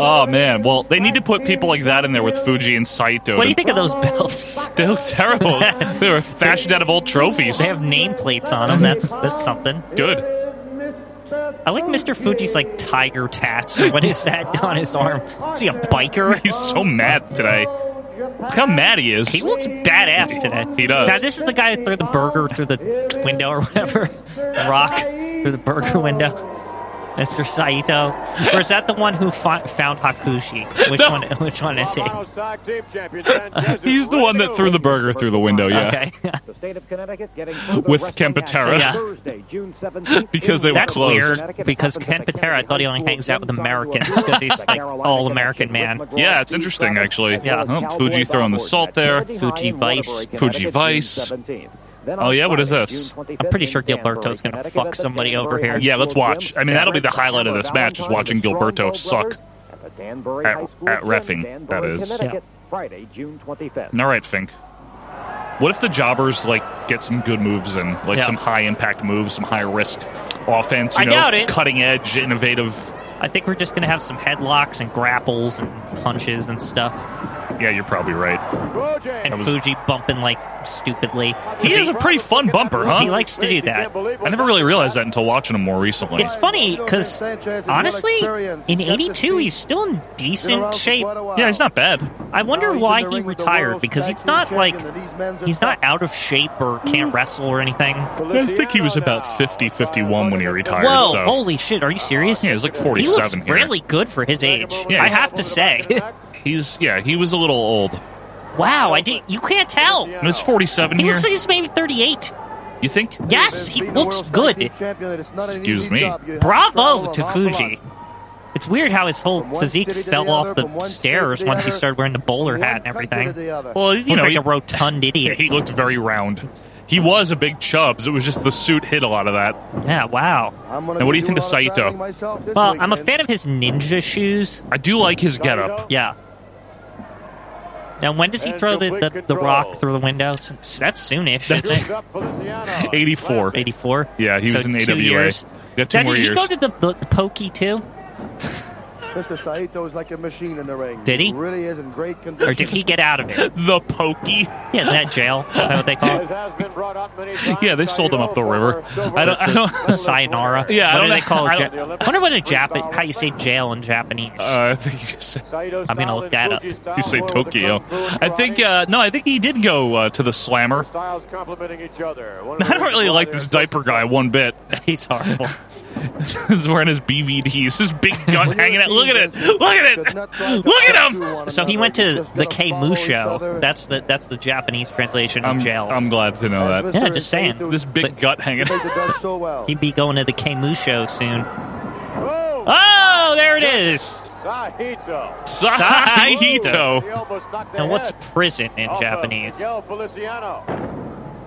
Oh man, well they need to put people like that in there with Fuji and Saito. what do you think of those belts? [LAUGHS] They look [LAUGHS] terrible. they were fashioned out of old trophies. They have nameplates on them. That's that's something. Good. I like Mr. Fuji's like tiger tats. What is that on his arm? Is he a biker? He's so mad today. Look how mad he is. He looks badass today. He does. Now this is the guy who threw the burger through the window or whatever, rock through the burger window. Mr. Saito, or is that the one who fi- found Hakushi? Which one? Which one is he? Clubhouse Tag Team Champions, San [LAUGHS] Jesus He's the one that threw the burger through the window, yeah. Okay, [LAUGHS] The state of Connecticut getting With Kempetera. Yeah. Thursday, June [LAUGHS] 17th, Because they were that's closed. weird. Because Ken Patera, I thought he only hangs out with Americans because he's like all American man. Yeah, it's interesting, actually. Yeah. Oh, Fuji throwing the salt there. Fuji Vice. Fuji Vice. Oh, yeah, what is this? I'm pretty sure Gilberto's gonna fuck somebody over here. Yeah, let's watch. I mean, that'll be the highlight of this match is watching Gilberto suck. At- at reffing, that is. Friday, June 25th. All right, Fink. What if the jobbers like get some good moves in, like Yeah. some high impact moves, some high risk offense? You I know, doubt it. Cutting edge, innovative. I think we're just gonna have some headlocks and grapples and punches and stuff, Yeah, you're probably right. and was- Fuji bumping like stupidly. He is a pretty fun bumper, huh? He likes to do that. I never really realized that until watching him more recently. It's funny because honestly, in '82 he's still in decent shape. yeah, he's not bad. [LAUGHS] I wonder why he retired because he's not like he's not out of shape or can't wrestle or anything. I think he was about 50, 51 when he retired. Whoa! so. Holy shit! Are you serious? Yeah, he's like he looks 47 here. really good for his age. Yeah, I he's- have to say. [LAUGHS] He's yeah, he was a little old. wow, I did. You can't tell. He was 47 He here. looks like he's maybe 38. you think? Yes, he looks good. Excuse me. Bravo to Fuji. It's weird how his whole physique fell off the stairs once he started wearing the bowler hat and everything. Well, you He know, looked like he, a rotund yeah, [LAUGHS] idiot. he looked very round. He was a big chubs. It was just the suit hid a lot of that. Yeah, wow. Now, what do you think of Saito? Well, I'm a fan of his ninja shoes. I do like his getup. Yeah. Now, when does he throw the, the, the rock through the windows? That's soonish. That's- [LAUGHS] isn't it? 84. 84. Yeah, he was So in two AWA. Years. Yeah, two Now, more did he years. go to the, the, the pokey too? Mr. Saito is like a machine in the ring. Did he? Really is in great condition. Or did he get out of it? the pokey. Yeah, isn't that jail? Is that what they call it? [LAUGHS] Yeah, they sold him up the river. I don't. [LAUGHS] I don't The sayonara. [LAUGHS] Yeah, I what don't do they know- call I it? don't- Ja- I wonder what a Japan how you say jail in Japanese. uh, I think you could say, I'm gonna look that up. you say Tokyo. I think uh, no. I think he did go uh, to the slammer. [LAUGHS] Styles complimenting each other. One of I don't those really like brothers- this diaper guy one bit. [LAUGHS] [LAUGHS] He's horrible. He's wearing his BVDs, his [LAUGHS] big gun hanging out. Look at it! Look at it! Look at him! So he went to the Keimusho. That's the that's the Japanese translation of I'm, jail. I'm glad to know that. yeah, just saying. This big gut [LAUGHS] hanging out. [LAUGHS] does so well. He'd be going to the Keimusho soon. Oh, there it is. Uh, Saito. He Saito! almost knocked the Now, what's head prison in off of Japanese? Miguel Feliciano.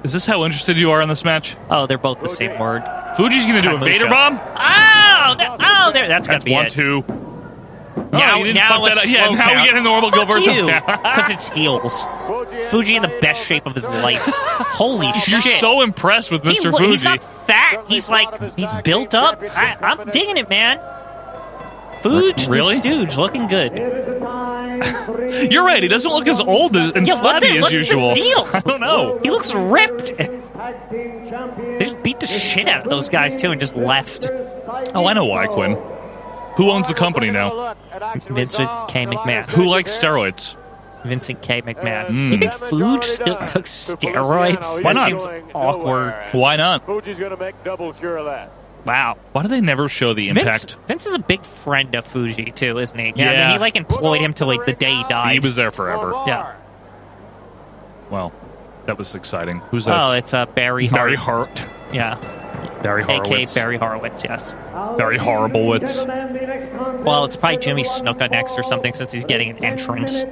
Is this how interested you are in this match? Oh, they're both the same word. Fuji's gonna do a Vader Kaimusho. bomb? Oh, that, oh, there. That's That's gotta be one, it. two. Oh, Now- you didn't now fuck it's that up. Yeah, slow now we count. get a normal Fuck you, Gilberto. because it's heels. Fuji in the best shape of his life. [LAUGHS] Holy shit! [LAUGHS] You're so impressed with He Mr. lo- Fuji. He's not fat. He's like he's built up. I, I'm digging it, man. Fuge, Really? the stooge, looking good. [LAUGHS] You're right. He doesn't look as old as, and Yeah, what flabby the- as what's the usual. [LAUGHS] deal? I don't know. He looks ripped. They just beat the shit out of those guys too and just left. Oh, I know why, Quinn. Who owns the company now? Vincent K. McMahon. Who likes steroids? Vincent K. McMahon. Mm. You think Fuge still took steroids? Why not? That seems awkward. Why not? Fuji's going to make double sure of that. Wow. Why do they never show the Vince, impact? Vince is a big friend of Fuji too, isn't he? Yeah. I Yeah. mean, he like employed him till like the day he died. he was there forever. Yeah. Well, that was exciting. Who's that? Oh, it's uh, Barry Hart. Barry Hart. Yeah. Barry AKA Horowitz. Barry Horowitz, yes. Barry horrible. What's Well, it's probably Jimmy Snuka next or something since he's getting an entrance.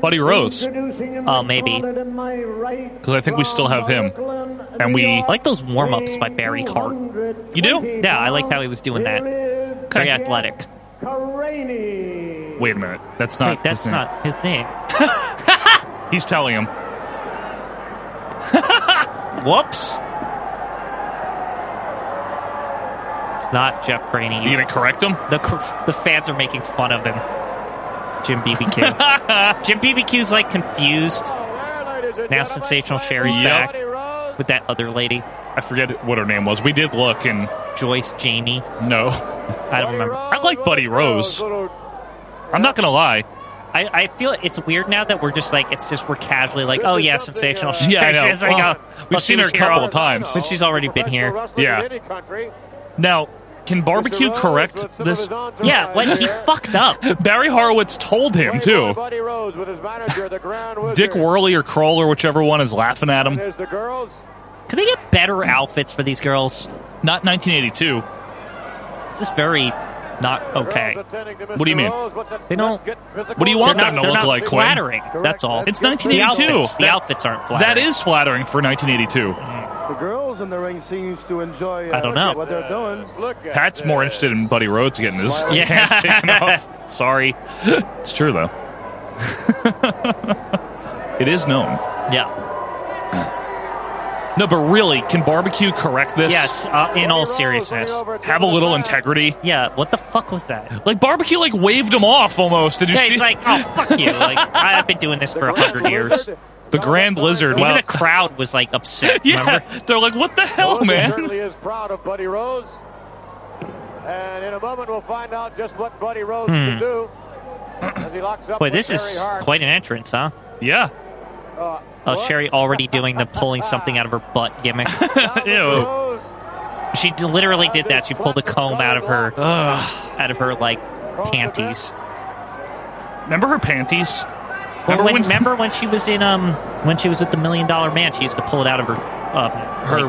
Buddy Rose? Oh, maybe. Because I think we still have him. And we I like those warm ups by Barry Hart. You do? Yeah, I like how he was doing that. Very athletic. Wait a minute. That's not. Wait, that's his name. not his name. He's telling him. [LAUGHS] Whoops! It's not Jeff Craney. You gonna correct him? the cr- the fans are making fun of him. Jim [LAUGHS] BBQ. Jim BBQ's like confused Now Sensational Sherry's back. with that other lady. I forget what her name was. We did look, and Joyce Jamie. No. [LAUGHS] I don't remember. I like Buddy Rose. I'm not going to lie. I, I feel it's weird now that we're just like it's just we're casually like oh yeah sensational Yeah, I know. It's like, Well, oh, we've well, seen she her was a here couple all- of times. but she's already been here Yeah. Now, can barbecue correct this? yeah when he fucked up Barry Horowitz told him, too. [LAUGHS] Dick Worley or Kroll or whichever one is laughing at him. There's the girls. could they get better outfits for these girls Not 1982. this is very not okay What do you mean? They don't- What do you want they're them to not, they're look not like, Quinn? flattering that's all It's the 1982. outfits, the That- outfits aren't flattering That is flattering for 1982. The girls in the ring seems to enjoy. Uh, I don't know. what they're doing. Look at Pat's more this. interested in Buddy Rhodes getting his Yeah. pants taken off. [LAUGHS] Sorry. It's true, though. [LAUGHS] it is known. yeah No, but really, can barbecue correct this? yes uh, in all seriousness Have a little integrity. yeah what the fuck was that Like barbecue, like waved him off almost. Did you yeah, see? it's like oh fuck [LAUGHS] you like I, I've been doing this for a hundred years the Grand Lizard. even Wow. the crowd was like [LAUGHS] upset [LAUGHS] yeah, remember they're like, what the hell, [LAUGHS] Rhodes man? certainly is proud of Buddy Rose. And in a moment, we'll find out just what Buddy Rose Hmm. can do. As he locks up boy with this Terry is Hart. quite an entrance huh Yeah. Oh, Sherry already doing the pulling something out of her [LAUGHS] butt gimmick. Ew. Rose she d- literally did that. She pulled a comb out of her, out of her like panties. Remember her panties? Remember Remember when, when- remember when she was in um when she was with the Million Dollar Man? She used to pull it out of her um, her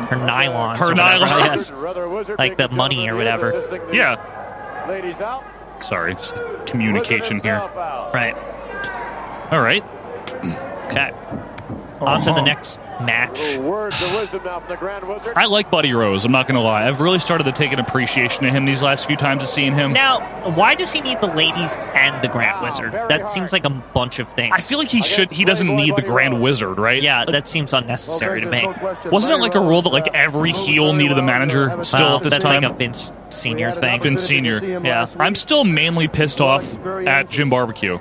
Her- her nylons, her or whatever. nylons. [LAUGHS] Yes. Rather wizard Like the being money or conservative, whatever. assisting the Yeah. Ladies out. Sorry, just communication Wizard here. himself out. right. All right. Okay. On Uh-huh. to the next match. Little Words of wisdom now from the Grand Wizard. I like Buddy Rose. I'm not going to lie. I've really started to take an appreciation to him these last few times of seeing him. Now, why does he need the ladies and the Grant Wow, Wizard? very That hard. seems like a bunch of things. I feel like he should. He doesn't need the Grand Wizard, right? yeah, that seems unnecessary to me. Wasn't it like a rule that like every heel needed a manager still Well, at this Uh, that's time? like a Vince Senior thing. Vince Senior. Yeah. I'm still mainly pissed off at Jim Barbecue.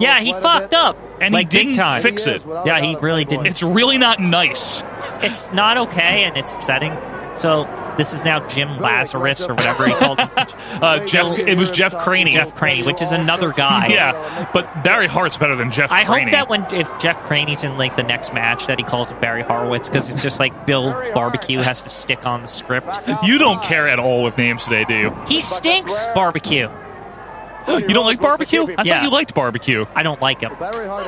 Yeah, he fucked up, And he like big didn't time. fix it. Yeah, he really didn't. It's really not nice. It's not okay, and it's upsetting. So this is now Jim Lazarus or whatever he called him. Uh, Jeff, it was Jeff Craney. Jeff Craney, which is another guy. Yeah, but Barry Hart's better than Jeff. I hope Craney. that when if Jeff Craney's in like the next match that he calls him Barry Horowitz because it's just like Bill Barbecue has to stick on the script. [LAUGHS] you don't care at all with names today, do you? He stinks, Barbecue. You don't like barbecue? I Yeah. thought you liked barbecue. I don't like him.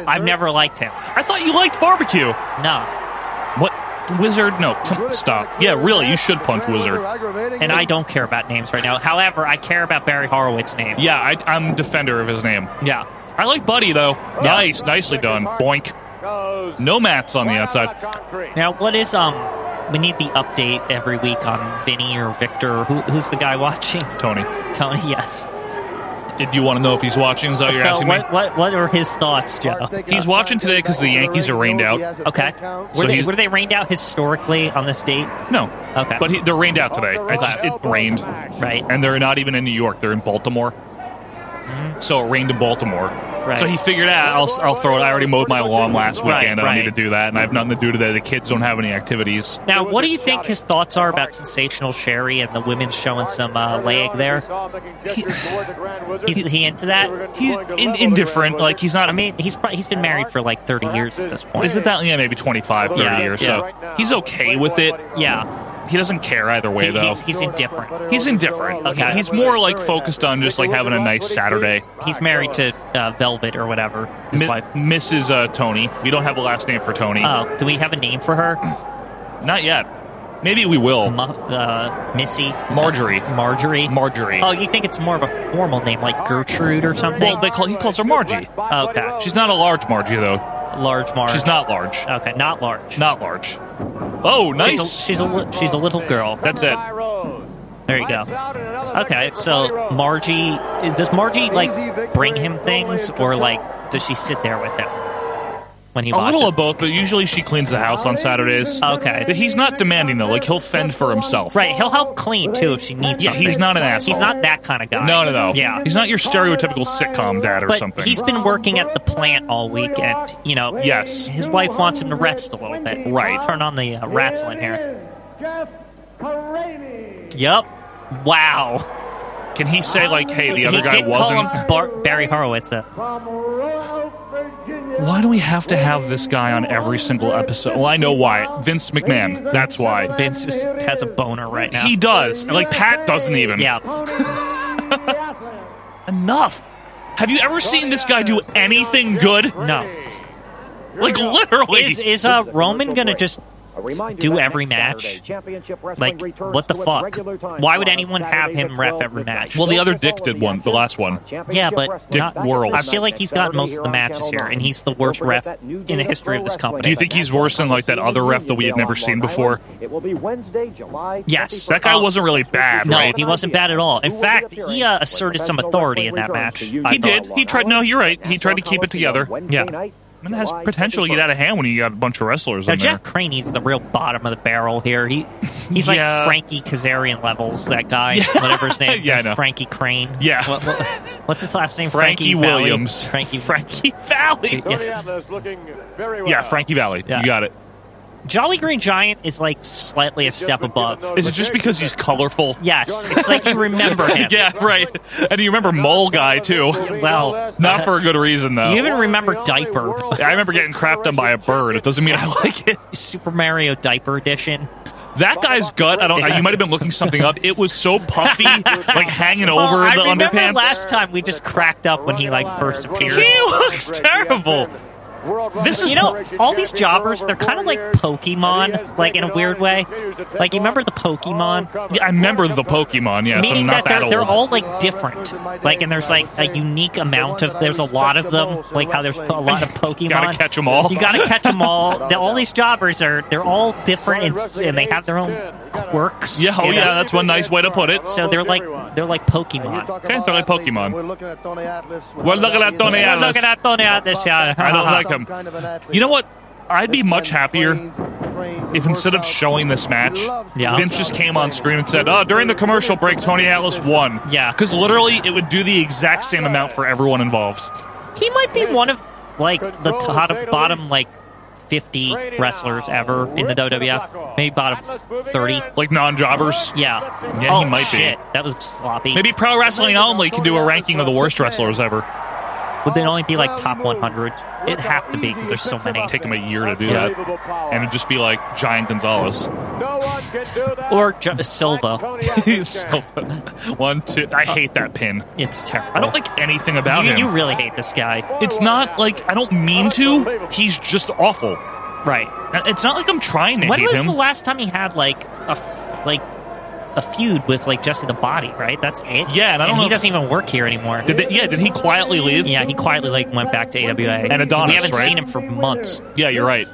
I've never liked him. I thought you liked barbecue. No, What wizard? No, come stop. Yeah, really, you should punch wizard. and I don't care about names right now. However, I care about Barry Horowitz's name. Yeah, I, I'm defender of his name. Yeah. I like Buddy though. Nice, nicely done. Boink. Goes No mats on the right outside. out on concrete. Now, what is um? We need the update every week on Vinny or Victor. Who, who's the guy watching? [LAUGHS] Tony, Tony, yes. if you want to know if he's watching, is that what Oh, you're so, asking me? what, what what are his thoughts, Joe? He's watching today because the Yankees are rained out. Okay. Were, So they, he's- were they rained out historically on this date? No, Okay. but he, they're rained out today. Off the I just, it elbow rained, smash. Right. and they're not even in New York. They're in Baltimore. So it rained in Baltimore. Right. So he figured out I'll, I'll throw it. I already mowed my lawn last Right, weekend. I don't right. need to do that, and I have nothing to do today. The kids don't have any activities. Now, what do you think his thoughts are about sensational Sherry and the women showing some uh, leg there? [LAUGHS] He's he into that? He's in, indifferent. Like he's not. I mean, he's pro- he's been married for like thirty years at this point. Isn't that yeah maybe 25, 30 Yeah, years? yeah. So he's okay with it. Yeah, He doesn't care either way He- though. he's he's indifferent. He's indifferent. Okay. He's more like focused on just like having a nice Saturday. He's married to uh, Velvet or whatever. His Mi- wife. Mrs. Uh, Tony. We don't have a last name for Tony. Oh, do we have a name for her? Not yet. Maybe we will. Mo- uh, Missy. Marjorie. Marjorie. Marjorie. Oh, you think it's more of a formal name like Gertrude or something? Oh, Well, they call he calls her Margie. okay. She's not a large Margie though. large Marge. She's not large. Okay, not large. Not large. Oh, She's a- nice. She's a, li- she's a little girl. That's it. There you go. Okay, so Margie, does Margie like bring him things, or like does she sit there with him when he A watches? little of both, but usually she cleans the house on Saturdays. Okay. But he's not demanding though. Like he'll fend for himself. right, he'll help clean too if she needs. Yeah, something. he's not an asshole. He's not that kind of guy. No, no, no. Yeah, He's not your stereotypical sitcom dad or but something. he's been working at the plant all week, and you know, Yes. his wife wants him to rest a little bit. Right. turn on the uh, wrestling here. Jeff Karaney. Yep, Wow. Can he say like, "Hey, the He other guy did wasn't"? Call him Bar- Barry Horowitz. uh, Why do [LAUGHS] we have to have this guy on every single episode? Well, I know why. Vince McMahon. That's why. Vince is, has a boner right now. He does. And, Like Pat doesn't even. yeah. Enough. Have you ever seen this guy do anything good? No. Like literally. Is is uh, Roman gonna just Do every match? like what the fuck? Why would anyone have him ref every match? well, the other Dick did one. The last one. Yeah, but Dick World. I feel like he's got most of the matches here, and he's the worst ref in the history of this company. Do you think he's worse than like that other ref that we had never seen before? It will be Wednesday, July. Yes, That guy wasn't really bad, No, right? he wasn't bad at all. In fact, he uh, asserted some authority in that match. I He did. thought. He tried. No, you're right. He tried to keep it together. Yeah. I mean, it has potential to get out of hand when you got a bunch of wrestlers Now in there. Jeff Craney's the real bottom of the barrel here. He he's Yeah. like Frankie Kazarian levels. That guy, whatever [LAUGHS] his name, Yeah, I is, know. Frankie Crane. Yeah. What- [LAUGHS] what- what's his last name? Frankie Valley? Williams. Frankie. Frankie Valley. Tony Atlas looking very well. Yeah, Frankie Valley. Yeah. You got it. Jolly Green Giant is like slightly a step above. Is it just because he's colorful? Yes, it's like you remember him. [LAUGHS] Yeah, right. And you remember Mole Guy too. Well, Not for a good reason though. You even remember Diaper, [LAUGHS] I remember getting crapped on by a bird. It doesn't mean I like it. Super Mario Diaper Edition. That guy's gut. I don't. You might have been looking something up. It was so [LAUGHS] puffy, like hanging Well, over I the remember underpants. last time we just cracked up when he like first appeared. He looks terrible. This is, you know, all these jobbers, they're kind of like Pokemon, like in a weird way. Like, you remember the Pokemon? Yeah, I remember the Pokemon. Yeah, so I'm Meaning not that that, they're, they're old. all like different. Like, and there's like a unique amount of, there's a lot of them. Like, how there's a lot [LAUGHS] of Pokemon. Gotta catch 'em all. You gotta catch them all. [LAUGHS] The- all these jobbers are, they're all different and, and they have their own quirks. yeah, oh you know? yeah, that's one nice way to put it. So they're like, they're like Pokemon. Okay, they're like Pokemon. We're looking at Tony Atlas. We're looking at Tony We're Atlas. looking at Tony Atlas here. I don't like him. Kind of an athlete. You know what? I'd be much happier if instead of showing this match, Yeah. Vince just came on screen and said, "Oh, during the commercial break, Tony Atlas won." [LAUGHS] Yeah. because literally, it would do the exact same amount for everyone involved. He might be one of like the top bottom like fifty wrestlers ever in the WWF. Maybe bottom thirty. Like non-jobbers. Yeah. Yeah, oh he might be. shit, that was sloppy. Maybe pro wrestling only can do a ranking of the worst wrestlers ever. would Oh, then only be like top one hundred? It have to be because there's so many. Take him a year to do that, and it'd just be like Giant Gonzalez. [LAUGHS] or J- Silva. [LAUGHS] So, one, two. I hate that pin. It's terrible. I don't like anything about you, him. you really hate this guy, it's not like I don't mean to. He's just awful. right? It's not like I'm trying to When hate was him. the last time he had like a f- like a feud with like Jesse the Body? Right. That's it. Yeah, and I don't know he if- doesn't even work here anymore. Did they- yeah, did he quietly leave? Yeah, he quietly like went back to AWA. And Adonis, we haven't right? seen him for months. Yeah, you're right.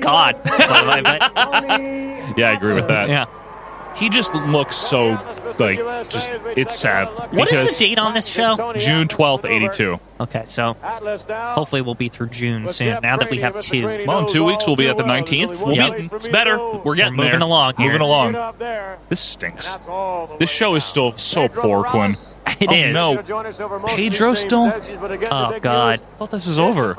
[LAUGHS] God. But- but- Yeah, I agree with that. yeah. He just looks so like just it's sad. What is because the date on this show? June 12th, 82. Okay, so Atlas now. hopefully we'll be through June soon. Now that we have two, Well, in two weeks we'll be at the 19th. We'll Yep. be, it's better. We're getting We're moving there. along here. Moving Long. along. This stinks. This show is still so Pedro poor, Ross. Quinn. [LAUGHS] it Oh, is. no. Pedro still- Oh God. I thought this was over.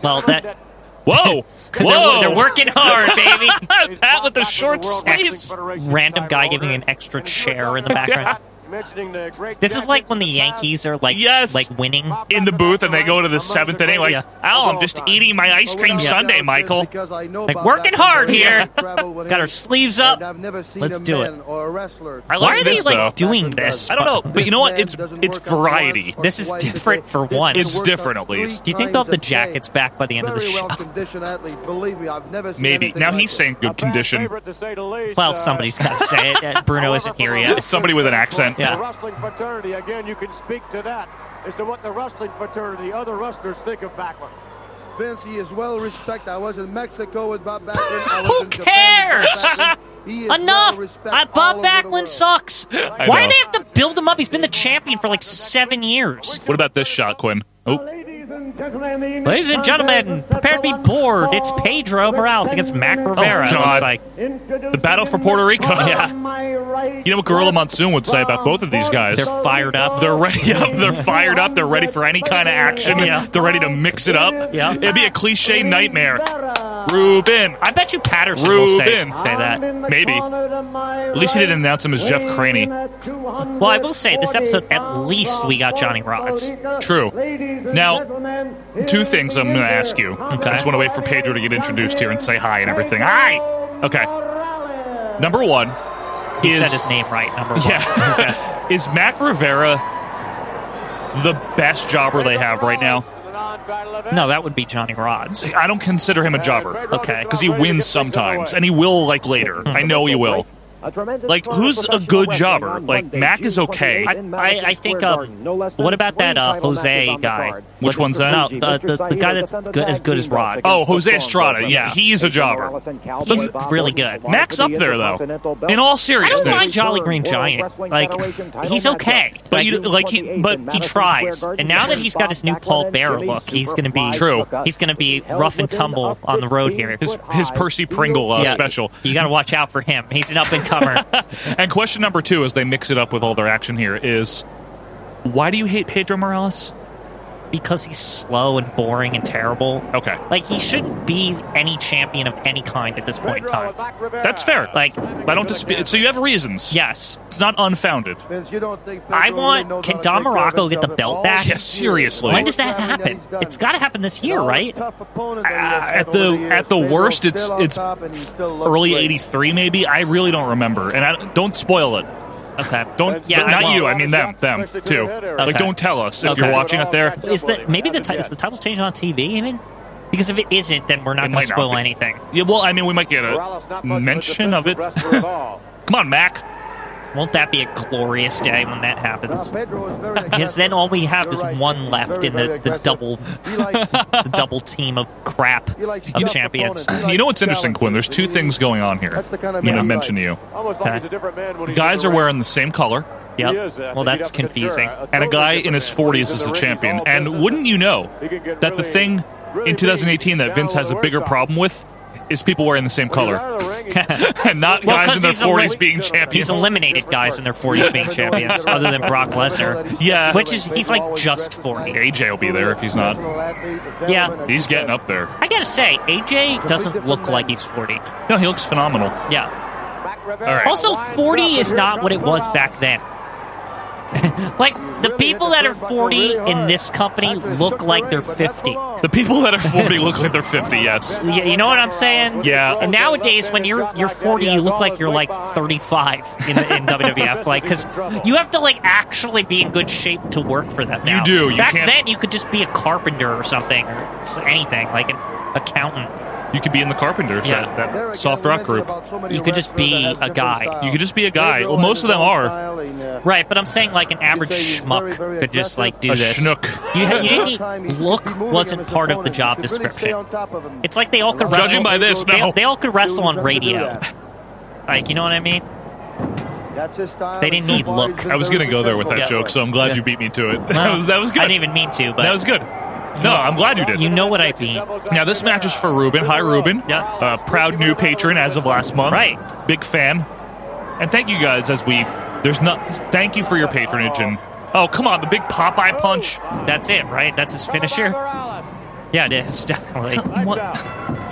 Well, that [LAUGHS] Whoa! [LAUGHS] They're, Whoa! [LAUGHS] they're working hard, baby. Pat with the short sleeves. Random guy giving an extra chair in the background. [LAUGHS] This is like when the Yankees are like Yes. like winning. In the booth, and they go to the seventh inning. Like, Yeah. oh, I'm just eating my ice cream sundae, Michael. Like working hard here. [LAUGHS] Got our sleeves up. Let's do it. I Why like are this they like though. doing this? I don't know, but you know what? It's it's variety. This is different for once. It's different at least. Do you think they'll have the jackets back by the end of the show? Maybe now he's saying good condition. uh, Well, somebody's got to say it. Uh, Bruno isn't here yet. [LAUGHS] It's [LAUGHS] somebody with an accent. Yeah. The wrestling fraternity, again, you can speak to that as to what the wrestling fraternity, other wrestlers think of Backlund. Vince, he is well respected. I was in Mexico with Bob Backlund. [GASPS] I was Who in Japan with cares? Backlund. He is [LAUGHS] Enough! well-respected Uh, all Bob over the Backlund world. sucks. I Why do know. they have to build him up? He's been the champion for like seven years. What about this shot, Quinn? Oh, Ladies and gentlemen, prepare to be bored. It's Pedro Morales against Mac Rivera. it Oh, God. looks like the battle for Puerto Rico. Yeah. You know what Gorilla Monsoon would say about both of these guys? they're fired up. They're ready. Yep, they're fired up. They're ready for any kind of action. Yeah. They're ready to mix it up. Yeah. It'd be a cliche nightmare. Ruben. I bet you Patterson will say, Ruben. say that. Maybe. At At least he didn't announce him as Jeff Craney. Well, Well, I will say, this episode, at least we got Johnny Rods. True. Now, two things I'm going to ask you. Okay. I just want to wait for Pedro to get introduced here and say hi and everything. Hi. Okay. Number one He is said his name right, number one. [LAUGHS] yeah [LAUGHS] is Mac Rivera the best jobber they have right now? no, that would be Johnny Rods. I don't consider him a jobber Okay. Hmm. because he wins sometimes and he will like later. I know he will. Like, who's a good jobber? Like, Mac is okay. I, I, I think, uh, um, what about that uh, Jose guy? Which one's that? No, uh, the, the guy that's good, as good as Rods. Oh, Jose Estrada. Yeah, he's a jobber. He's really good. Mac's up there though. In all I seriousness, don't mind Jolly Green Giant. Like he's okay, But but you- like he, but he tries. And now that he's got his new Paul Bear look, he's going to be True. He's going to be rough and tumble on the road here. his his Percy Pringle uh, Yeah, special. You got to watch out for him. He's an up and [LAUGHS] comer. And question number two, as they mix it up with all their action here, is why do you hate Pedro Morales? because he's slow and boring and terrible. Okay, Like he shouldn't be any champion of any kind at this point in time. that's fair. Like I don't dispute. So you have reasons. yes, it's not unfounded. Vince, you don't think I Pedro want- knows can how to take care of Don Morocco get the himself at belt all? back? Yeah, seriously. when does that happen? It's got to happen this year, right? Uh, at the- at the worst, it's- it's Early '83, maybe. I really don't remember. And I, don't spoil it. Okay. Don't. Yeah, I not won't. you. I mean them. Them too. Like, don't tell us if Okay. you're watching it there. Is that maybe the ti- is the title changed on TV? Even because if it isn't, then we're It not going might to not spoil be. anything. Yeah. Well, I mean, we might get a Uh, mention [LAUGHS] of it. Come on, Mac. Won't that be a glorious day when that happens? Because Because then all we have is one left in the, the double [LAUGHS] the double team of crap of champions. You know what's interesting, Quinn? There's two things going on here. That's the kind of I'm going to man he mention to you. Almost like he's a different man when The he's guys in are the ring. wearing the same color, [LAUGHS] uh, Yep. Well, that's confusing. and uh, a guy in his 40s is the champion. And wouldn't you know that the thing in 2018 that Vince has a bigger problem with is people wearing the same color, [LAUGHS] and not Well, guys 'cause in their he's a 40s lim- being champions. He's eliminated guys in their [LAUGHS] 40s [LAUGHS] being champions, other than Brock Lesnar. Yeah. Which is, he's like just 40. AJ will be there if he's not. Yeah. He's getting up there. I gotta say, AJ doesn't look like he's 40. No, he looks phenomenal. Yeah. All right. Also, 40 is not what it was back then. [LAUGHS] like, the people that are 40 in this company look like they're 50. the people that are 40 [LAUGHS] look like they're 50. Yes. Yeah, you know what I'm saying? Yeah. And nowadays, when you're you're 40, you look like you're like 35 [LAUGHS] in, in WWF, like because you have to like actually be in good shape to work for them. Now. do, you Back can't- then, you could just be a carpenter or something, or s- anything like an accountant. You could be in the Carpenters, Yeah. that, that soft rock group. You could just be a guy. You could just be a guy. Well, most of them are. uh, Right, but I'm saying like an average schmuck could just like do A this. schnook. You, had- you didn't need- look wasn't part of the job description. It's like they all could wrestle. Judging by this, they, no. they all could wrestle on radio. [LAUGHS] Like you know what I mean? They didn't need look. I was going to go there with that Yeah. joke, so I'm glad Yeah. you beat me to it. [LAUGHS] That was, that was good. I didn't even mean to, but that was good. No, I'm glad you did. you know what I mean. Now, this match is for Ruben. Hi, Ruben. Yeah. Uh, proud new patron as of last month. Right. Big fan. And thank you guys as we. There's not. Thank you for your patronage and. Oh, come on. The big Popeye punch. That's it, right? That's his finisher. Yeah, it is [LAUGHS] definitely. What?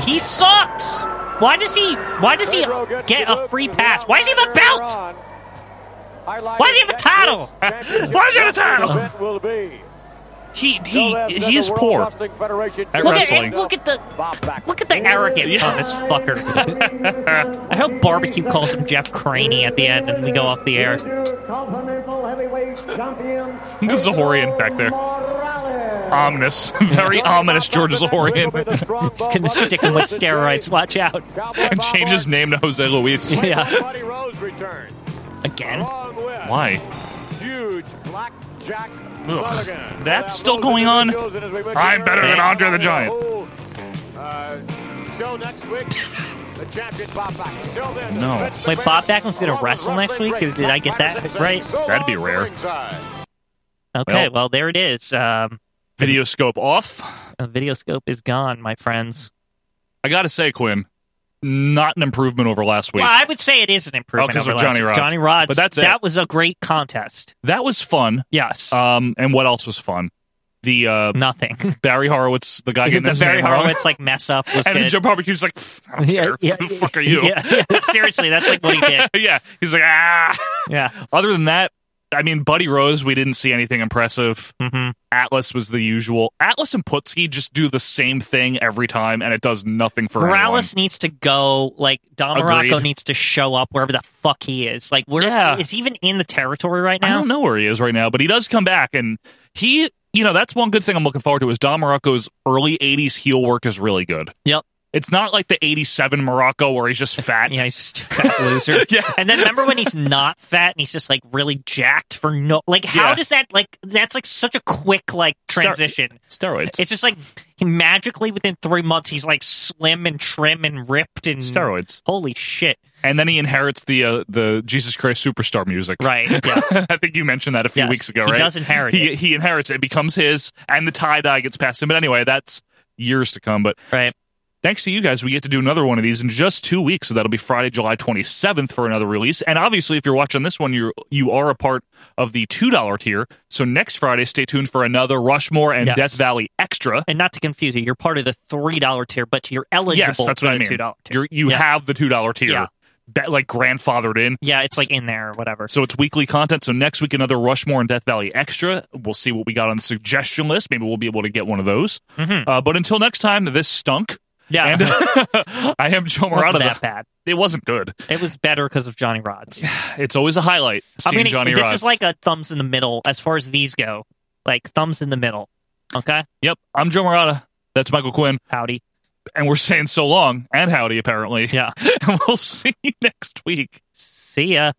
[LAUGHS] he sucks. Why does he? Why does he get a free pass? Why does he have a belt? Why does he have a title? Why is that a title? Will be. He, he, he is poor at Look at, wrestling. and look at the look at the arrogance on this [LAUGHS] fucker. I hope barbecue calls him Jeff Craney at the end, and we go off the air. Look at Zahorian back there. Ominous. Very ominous, George Zahorian. He's gonna stick him with steroids. Watch out. and change [LAUGHS] his name to Jose Luis. Yeah, Buddy Rose returns, again. along with Why? huge black jack. Mulligan. That's still going on? I'm better than Andre the Giant. Oh. Uh, show [LAUGHS] next week. The champion Bob Backlund. Till then, No. Vince Wait, McMahon, Bob Backlund's gonna along with wrestle next wrestling week? great Did I get Brock that Patterson, right? so That'd be long rare. ringside. Okay, well there it is. Um, Video scope off. a video scope is gone, my friends. I gotta say, Quinn, not an improvement over last week. Well, I would say it is an improvement. Oh, 'cause over of last Johnny year. Rods. Johnny Rods. But that's it. Uh, That was a great contest. That was fun. Yes. Um, and what else was fun? the uh, Nothing. Barry Horowitz, the guy getting [LAUGHS] the his very name wrong. Horowitz like mess up was and then good. Joe Barbecue's like, "Pfft, I don't care. Who the fuck are you? Yeah, [LAUGHS] yeah. Seriously, that's like what [LAUGHS] he did. yeah. He's like, ah. Yeah. Other than that, I mean, Buddy Rose, we didn't see anything impressive. hmm Atlas was the usual. Atlas and Putski just do the same thing every time, and it does nothing for Morales needs to go. Like Don Morocco Agreed. needs to show up wherever the fuck he is. Like, where is Yeah. he even in the territory right anyone. I now? don't know where he is right now, but he does come back, and he, you know, that's one good thing I'm looking forward to is Don Morocco's early '80s heel work is really good. Yep. It's not like the '87 Morocco where he's just fat. [LAUGHS] Yeah, he's just a fat loser. [LAUGHS] Yeah. And then remember when he's not fat and he's just like really jacked for no like how Yeah. does that like that's like such a quick like Star- transition. Steroids. It's just like he magically within three months he's like slim and trim and ripped and Steroids. Holy shit! and then he inherits the uh, the Jesus Christ superstar music. [LAUGHS] Right? Yeah. I think you mentioned that a few Yes, weeks ago, he right? does inherit He, it. he inherits it. It becomes his, and the tie dye gets passed him. But anyway, that's years to come. But right. thanks to you guys, we get to do another one of these in just two weeks. So that'll be Friday, July 27th for another release. And obviously, if you're watching this one, you you are a part of the two dollar tier. So next Friday, stay tuned for another Rushmore and Yes. Death Valley extra. And not to confuse you, you're part of the three dollar tier, but you're eligible. Yes, that's for what I the mean. Two dollar tier. You're, you Yeah. have the two dollar tier, Yeah. that, like grandfathered in. yeah, it's like in there or whatever. So it's weekly content. So next week, another Rushmore and Death Valley Extra. We'll see what we got on the suggestion list. Maybe we'll be able to get one of those. Mm-hmm. Uh, but until next time, this stunk. Yeah. [LAUGHS] And I am Joe It Morata. wasn't Ah. that bad. It wasn't good. It was better because of Johnny Rods. It's always a highlight I'm seeing gonna, Johnny this Rods. is like a thumbs in the middle as far as these go. Like thumbs in the middle. Okay? yep, I'm Joe Morata. That's Michael Quinn. Howdy. And we're saying so long and howdy, apparently. [LAUGHS] Yeah. and we'll see you next week. See ya.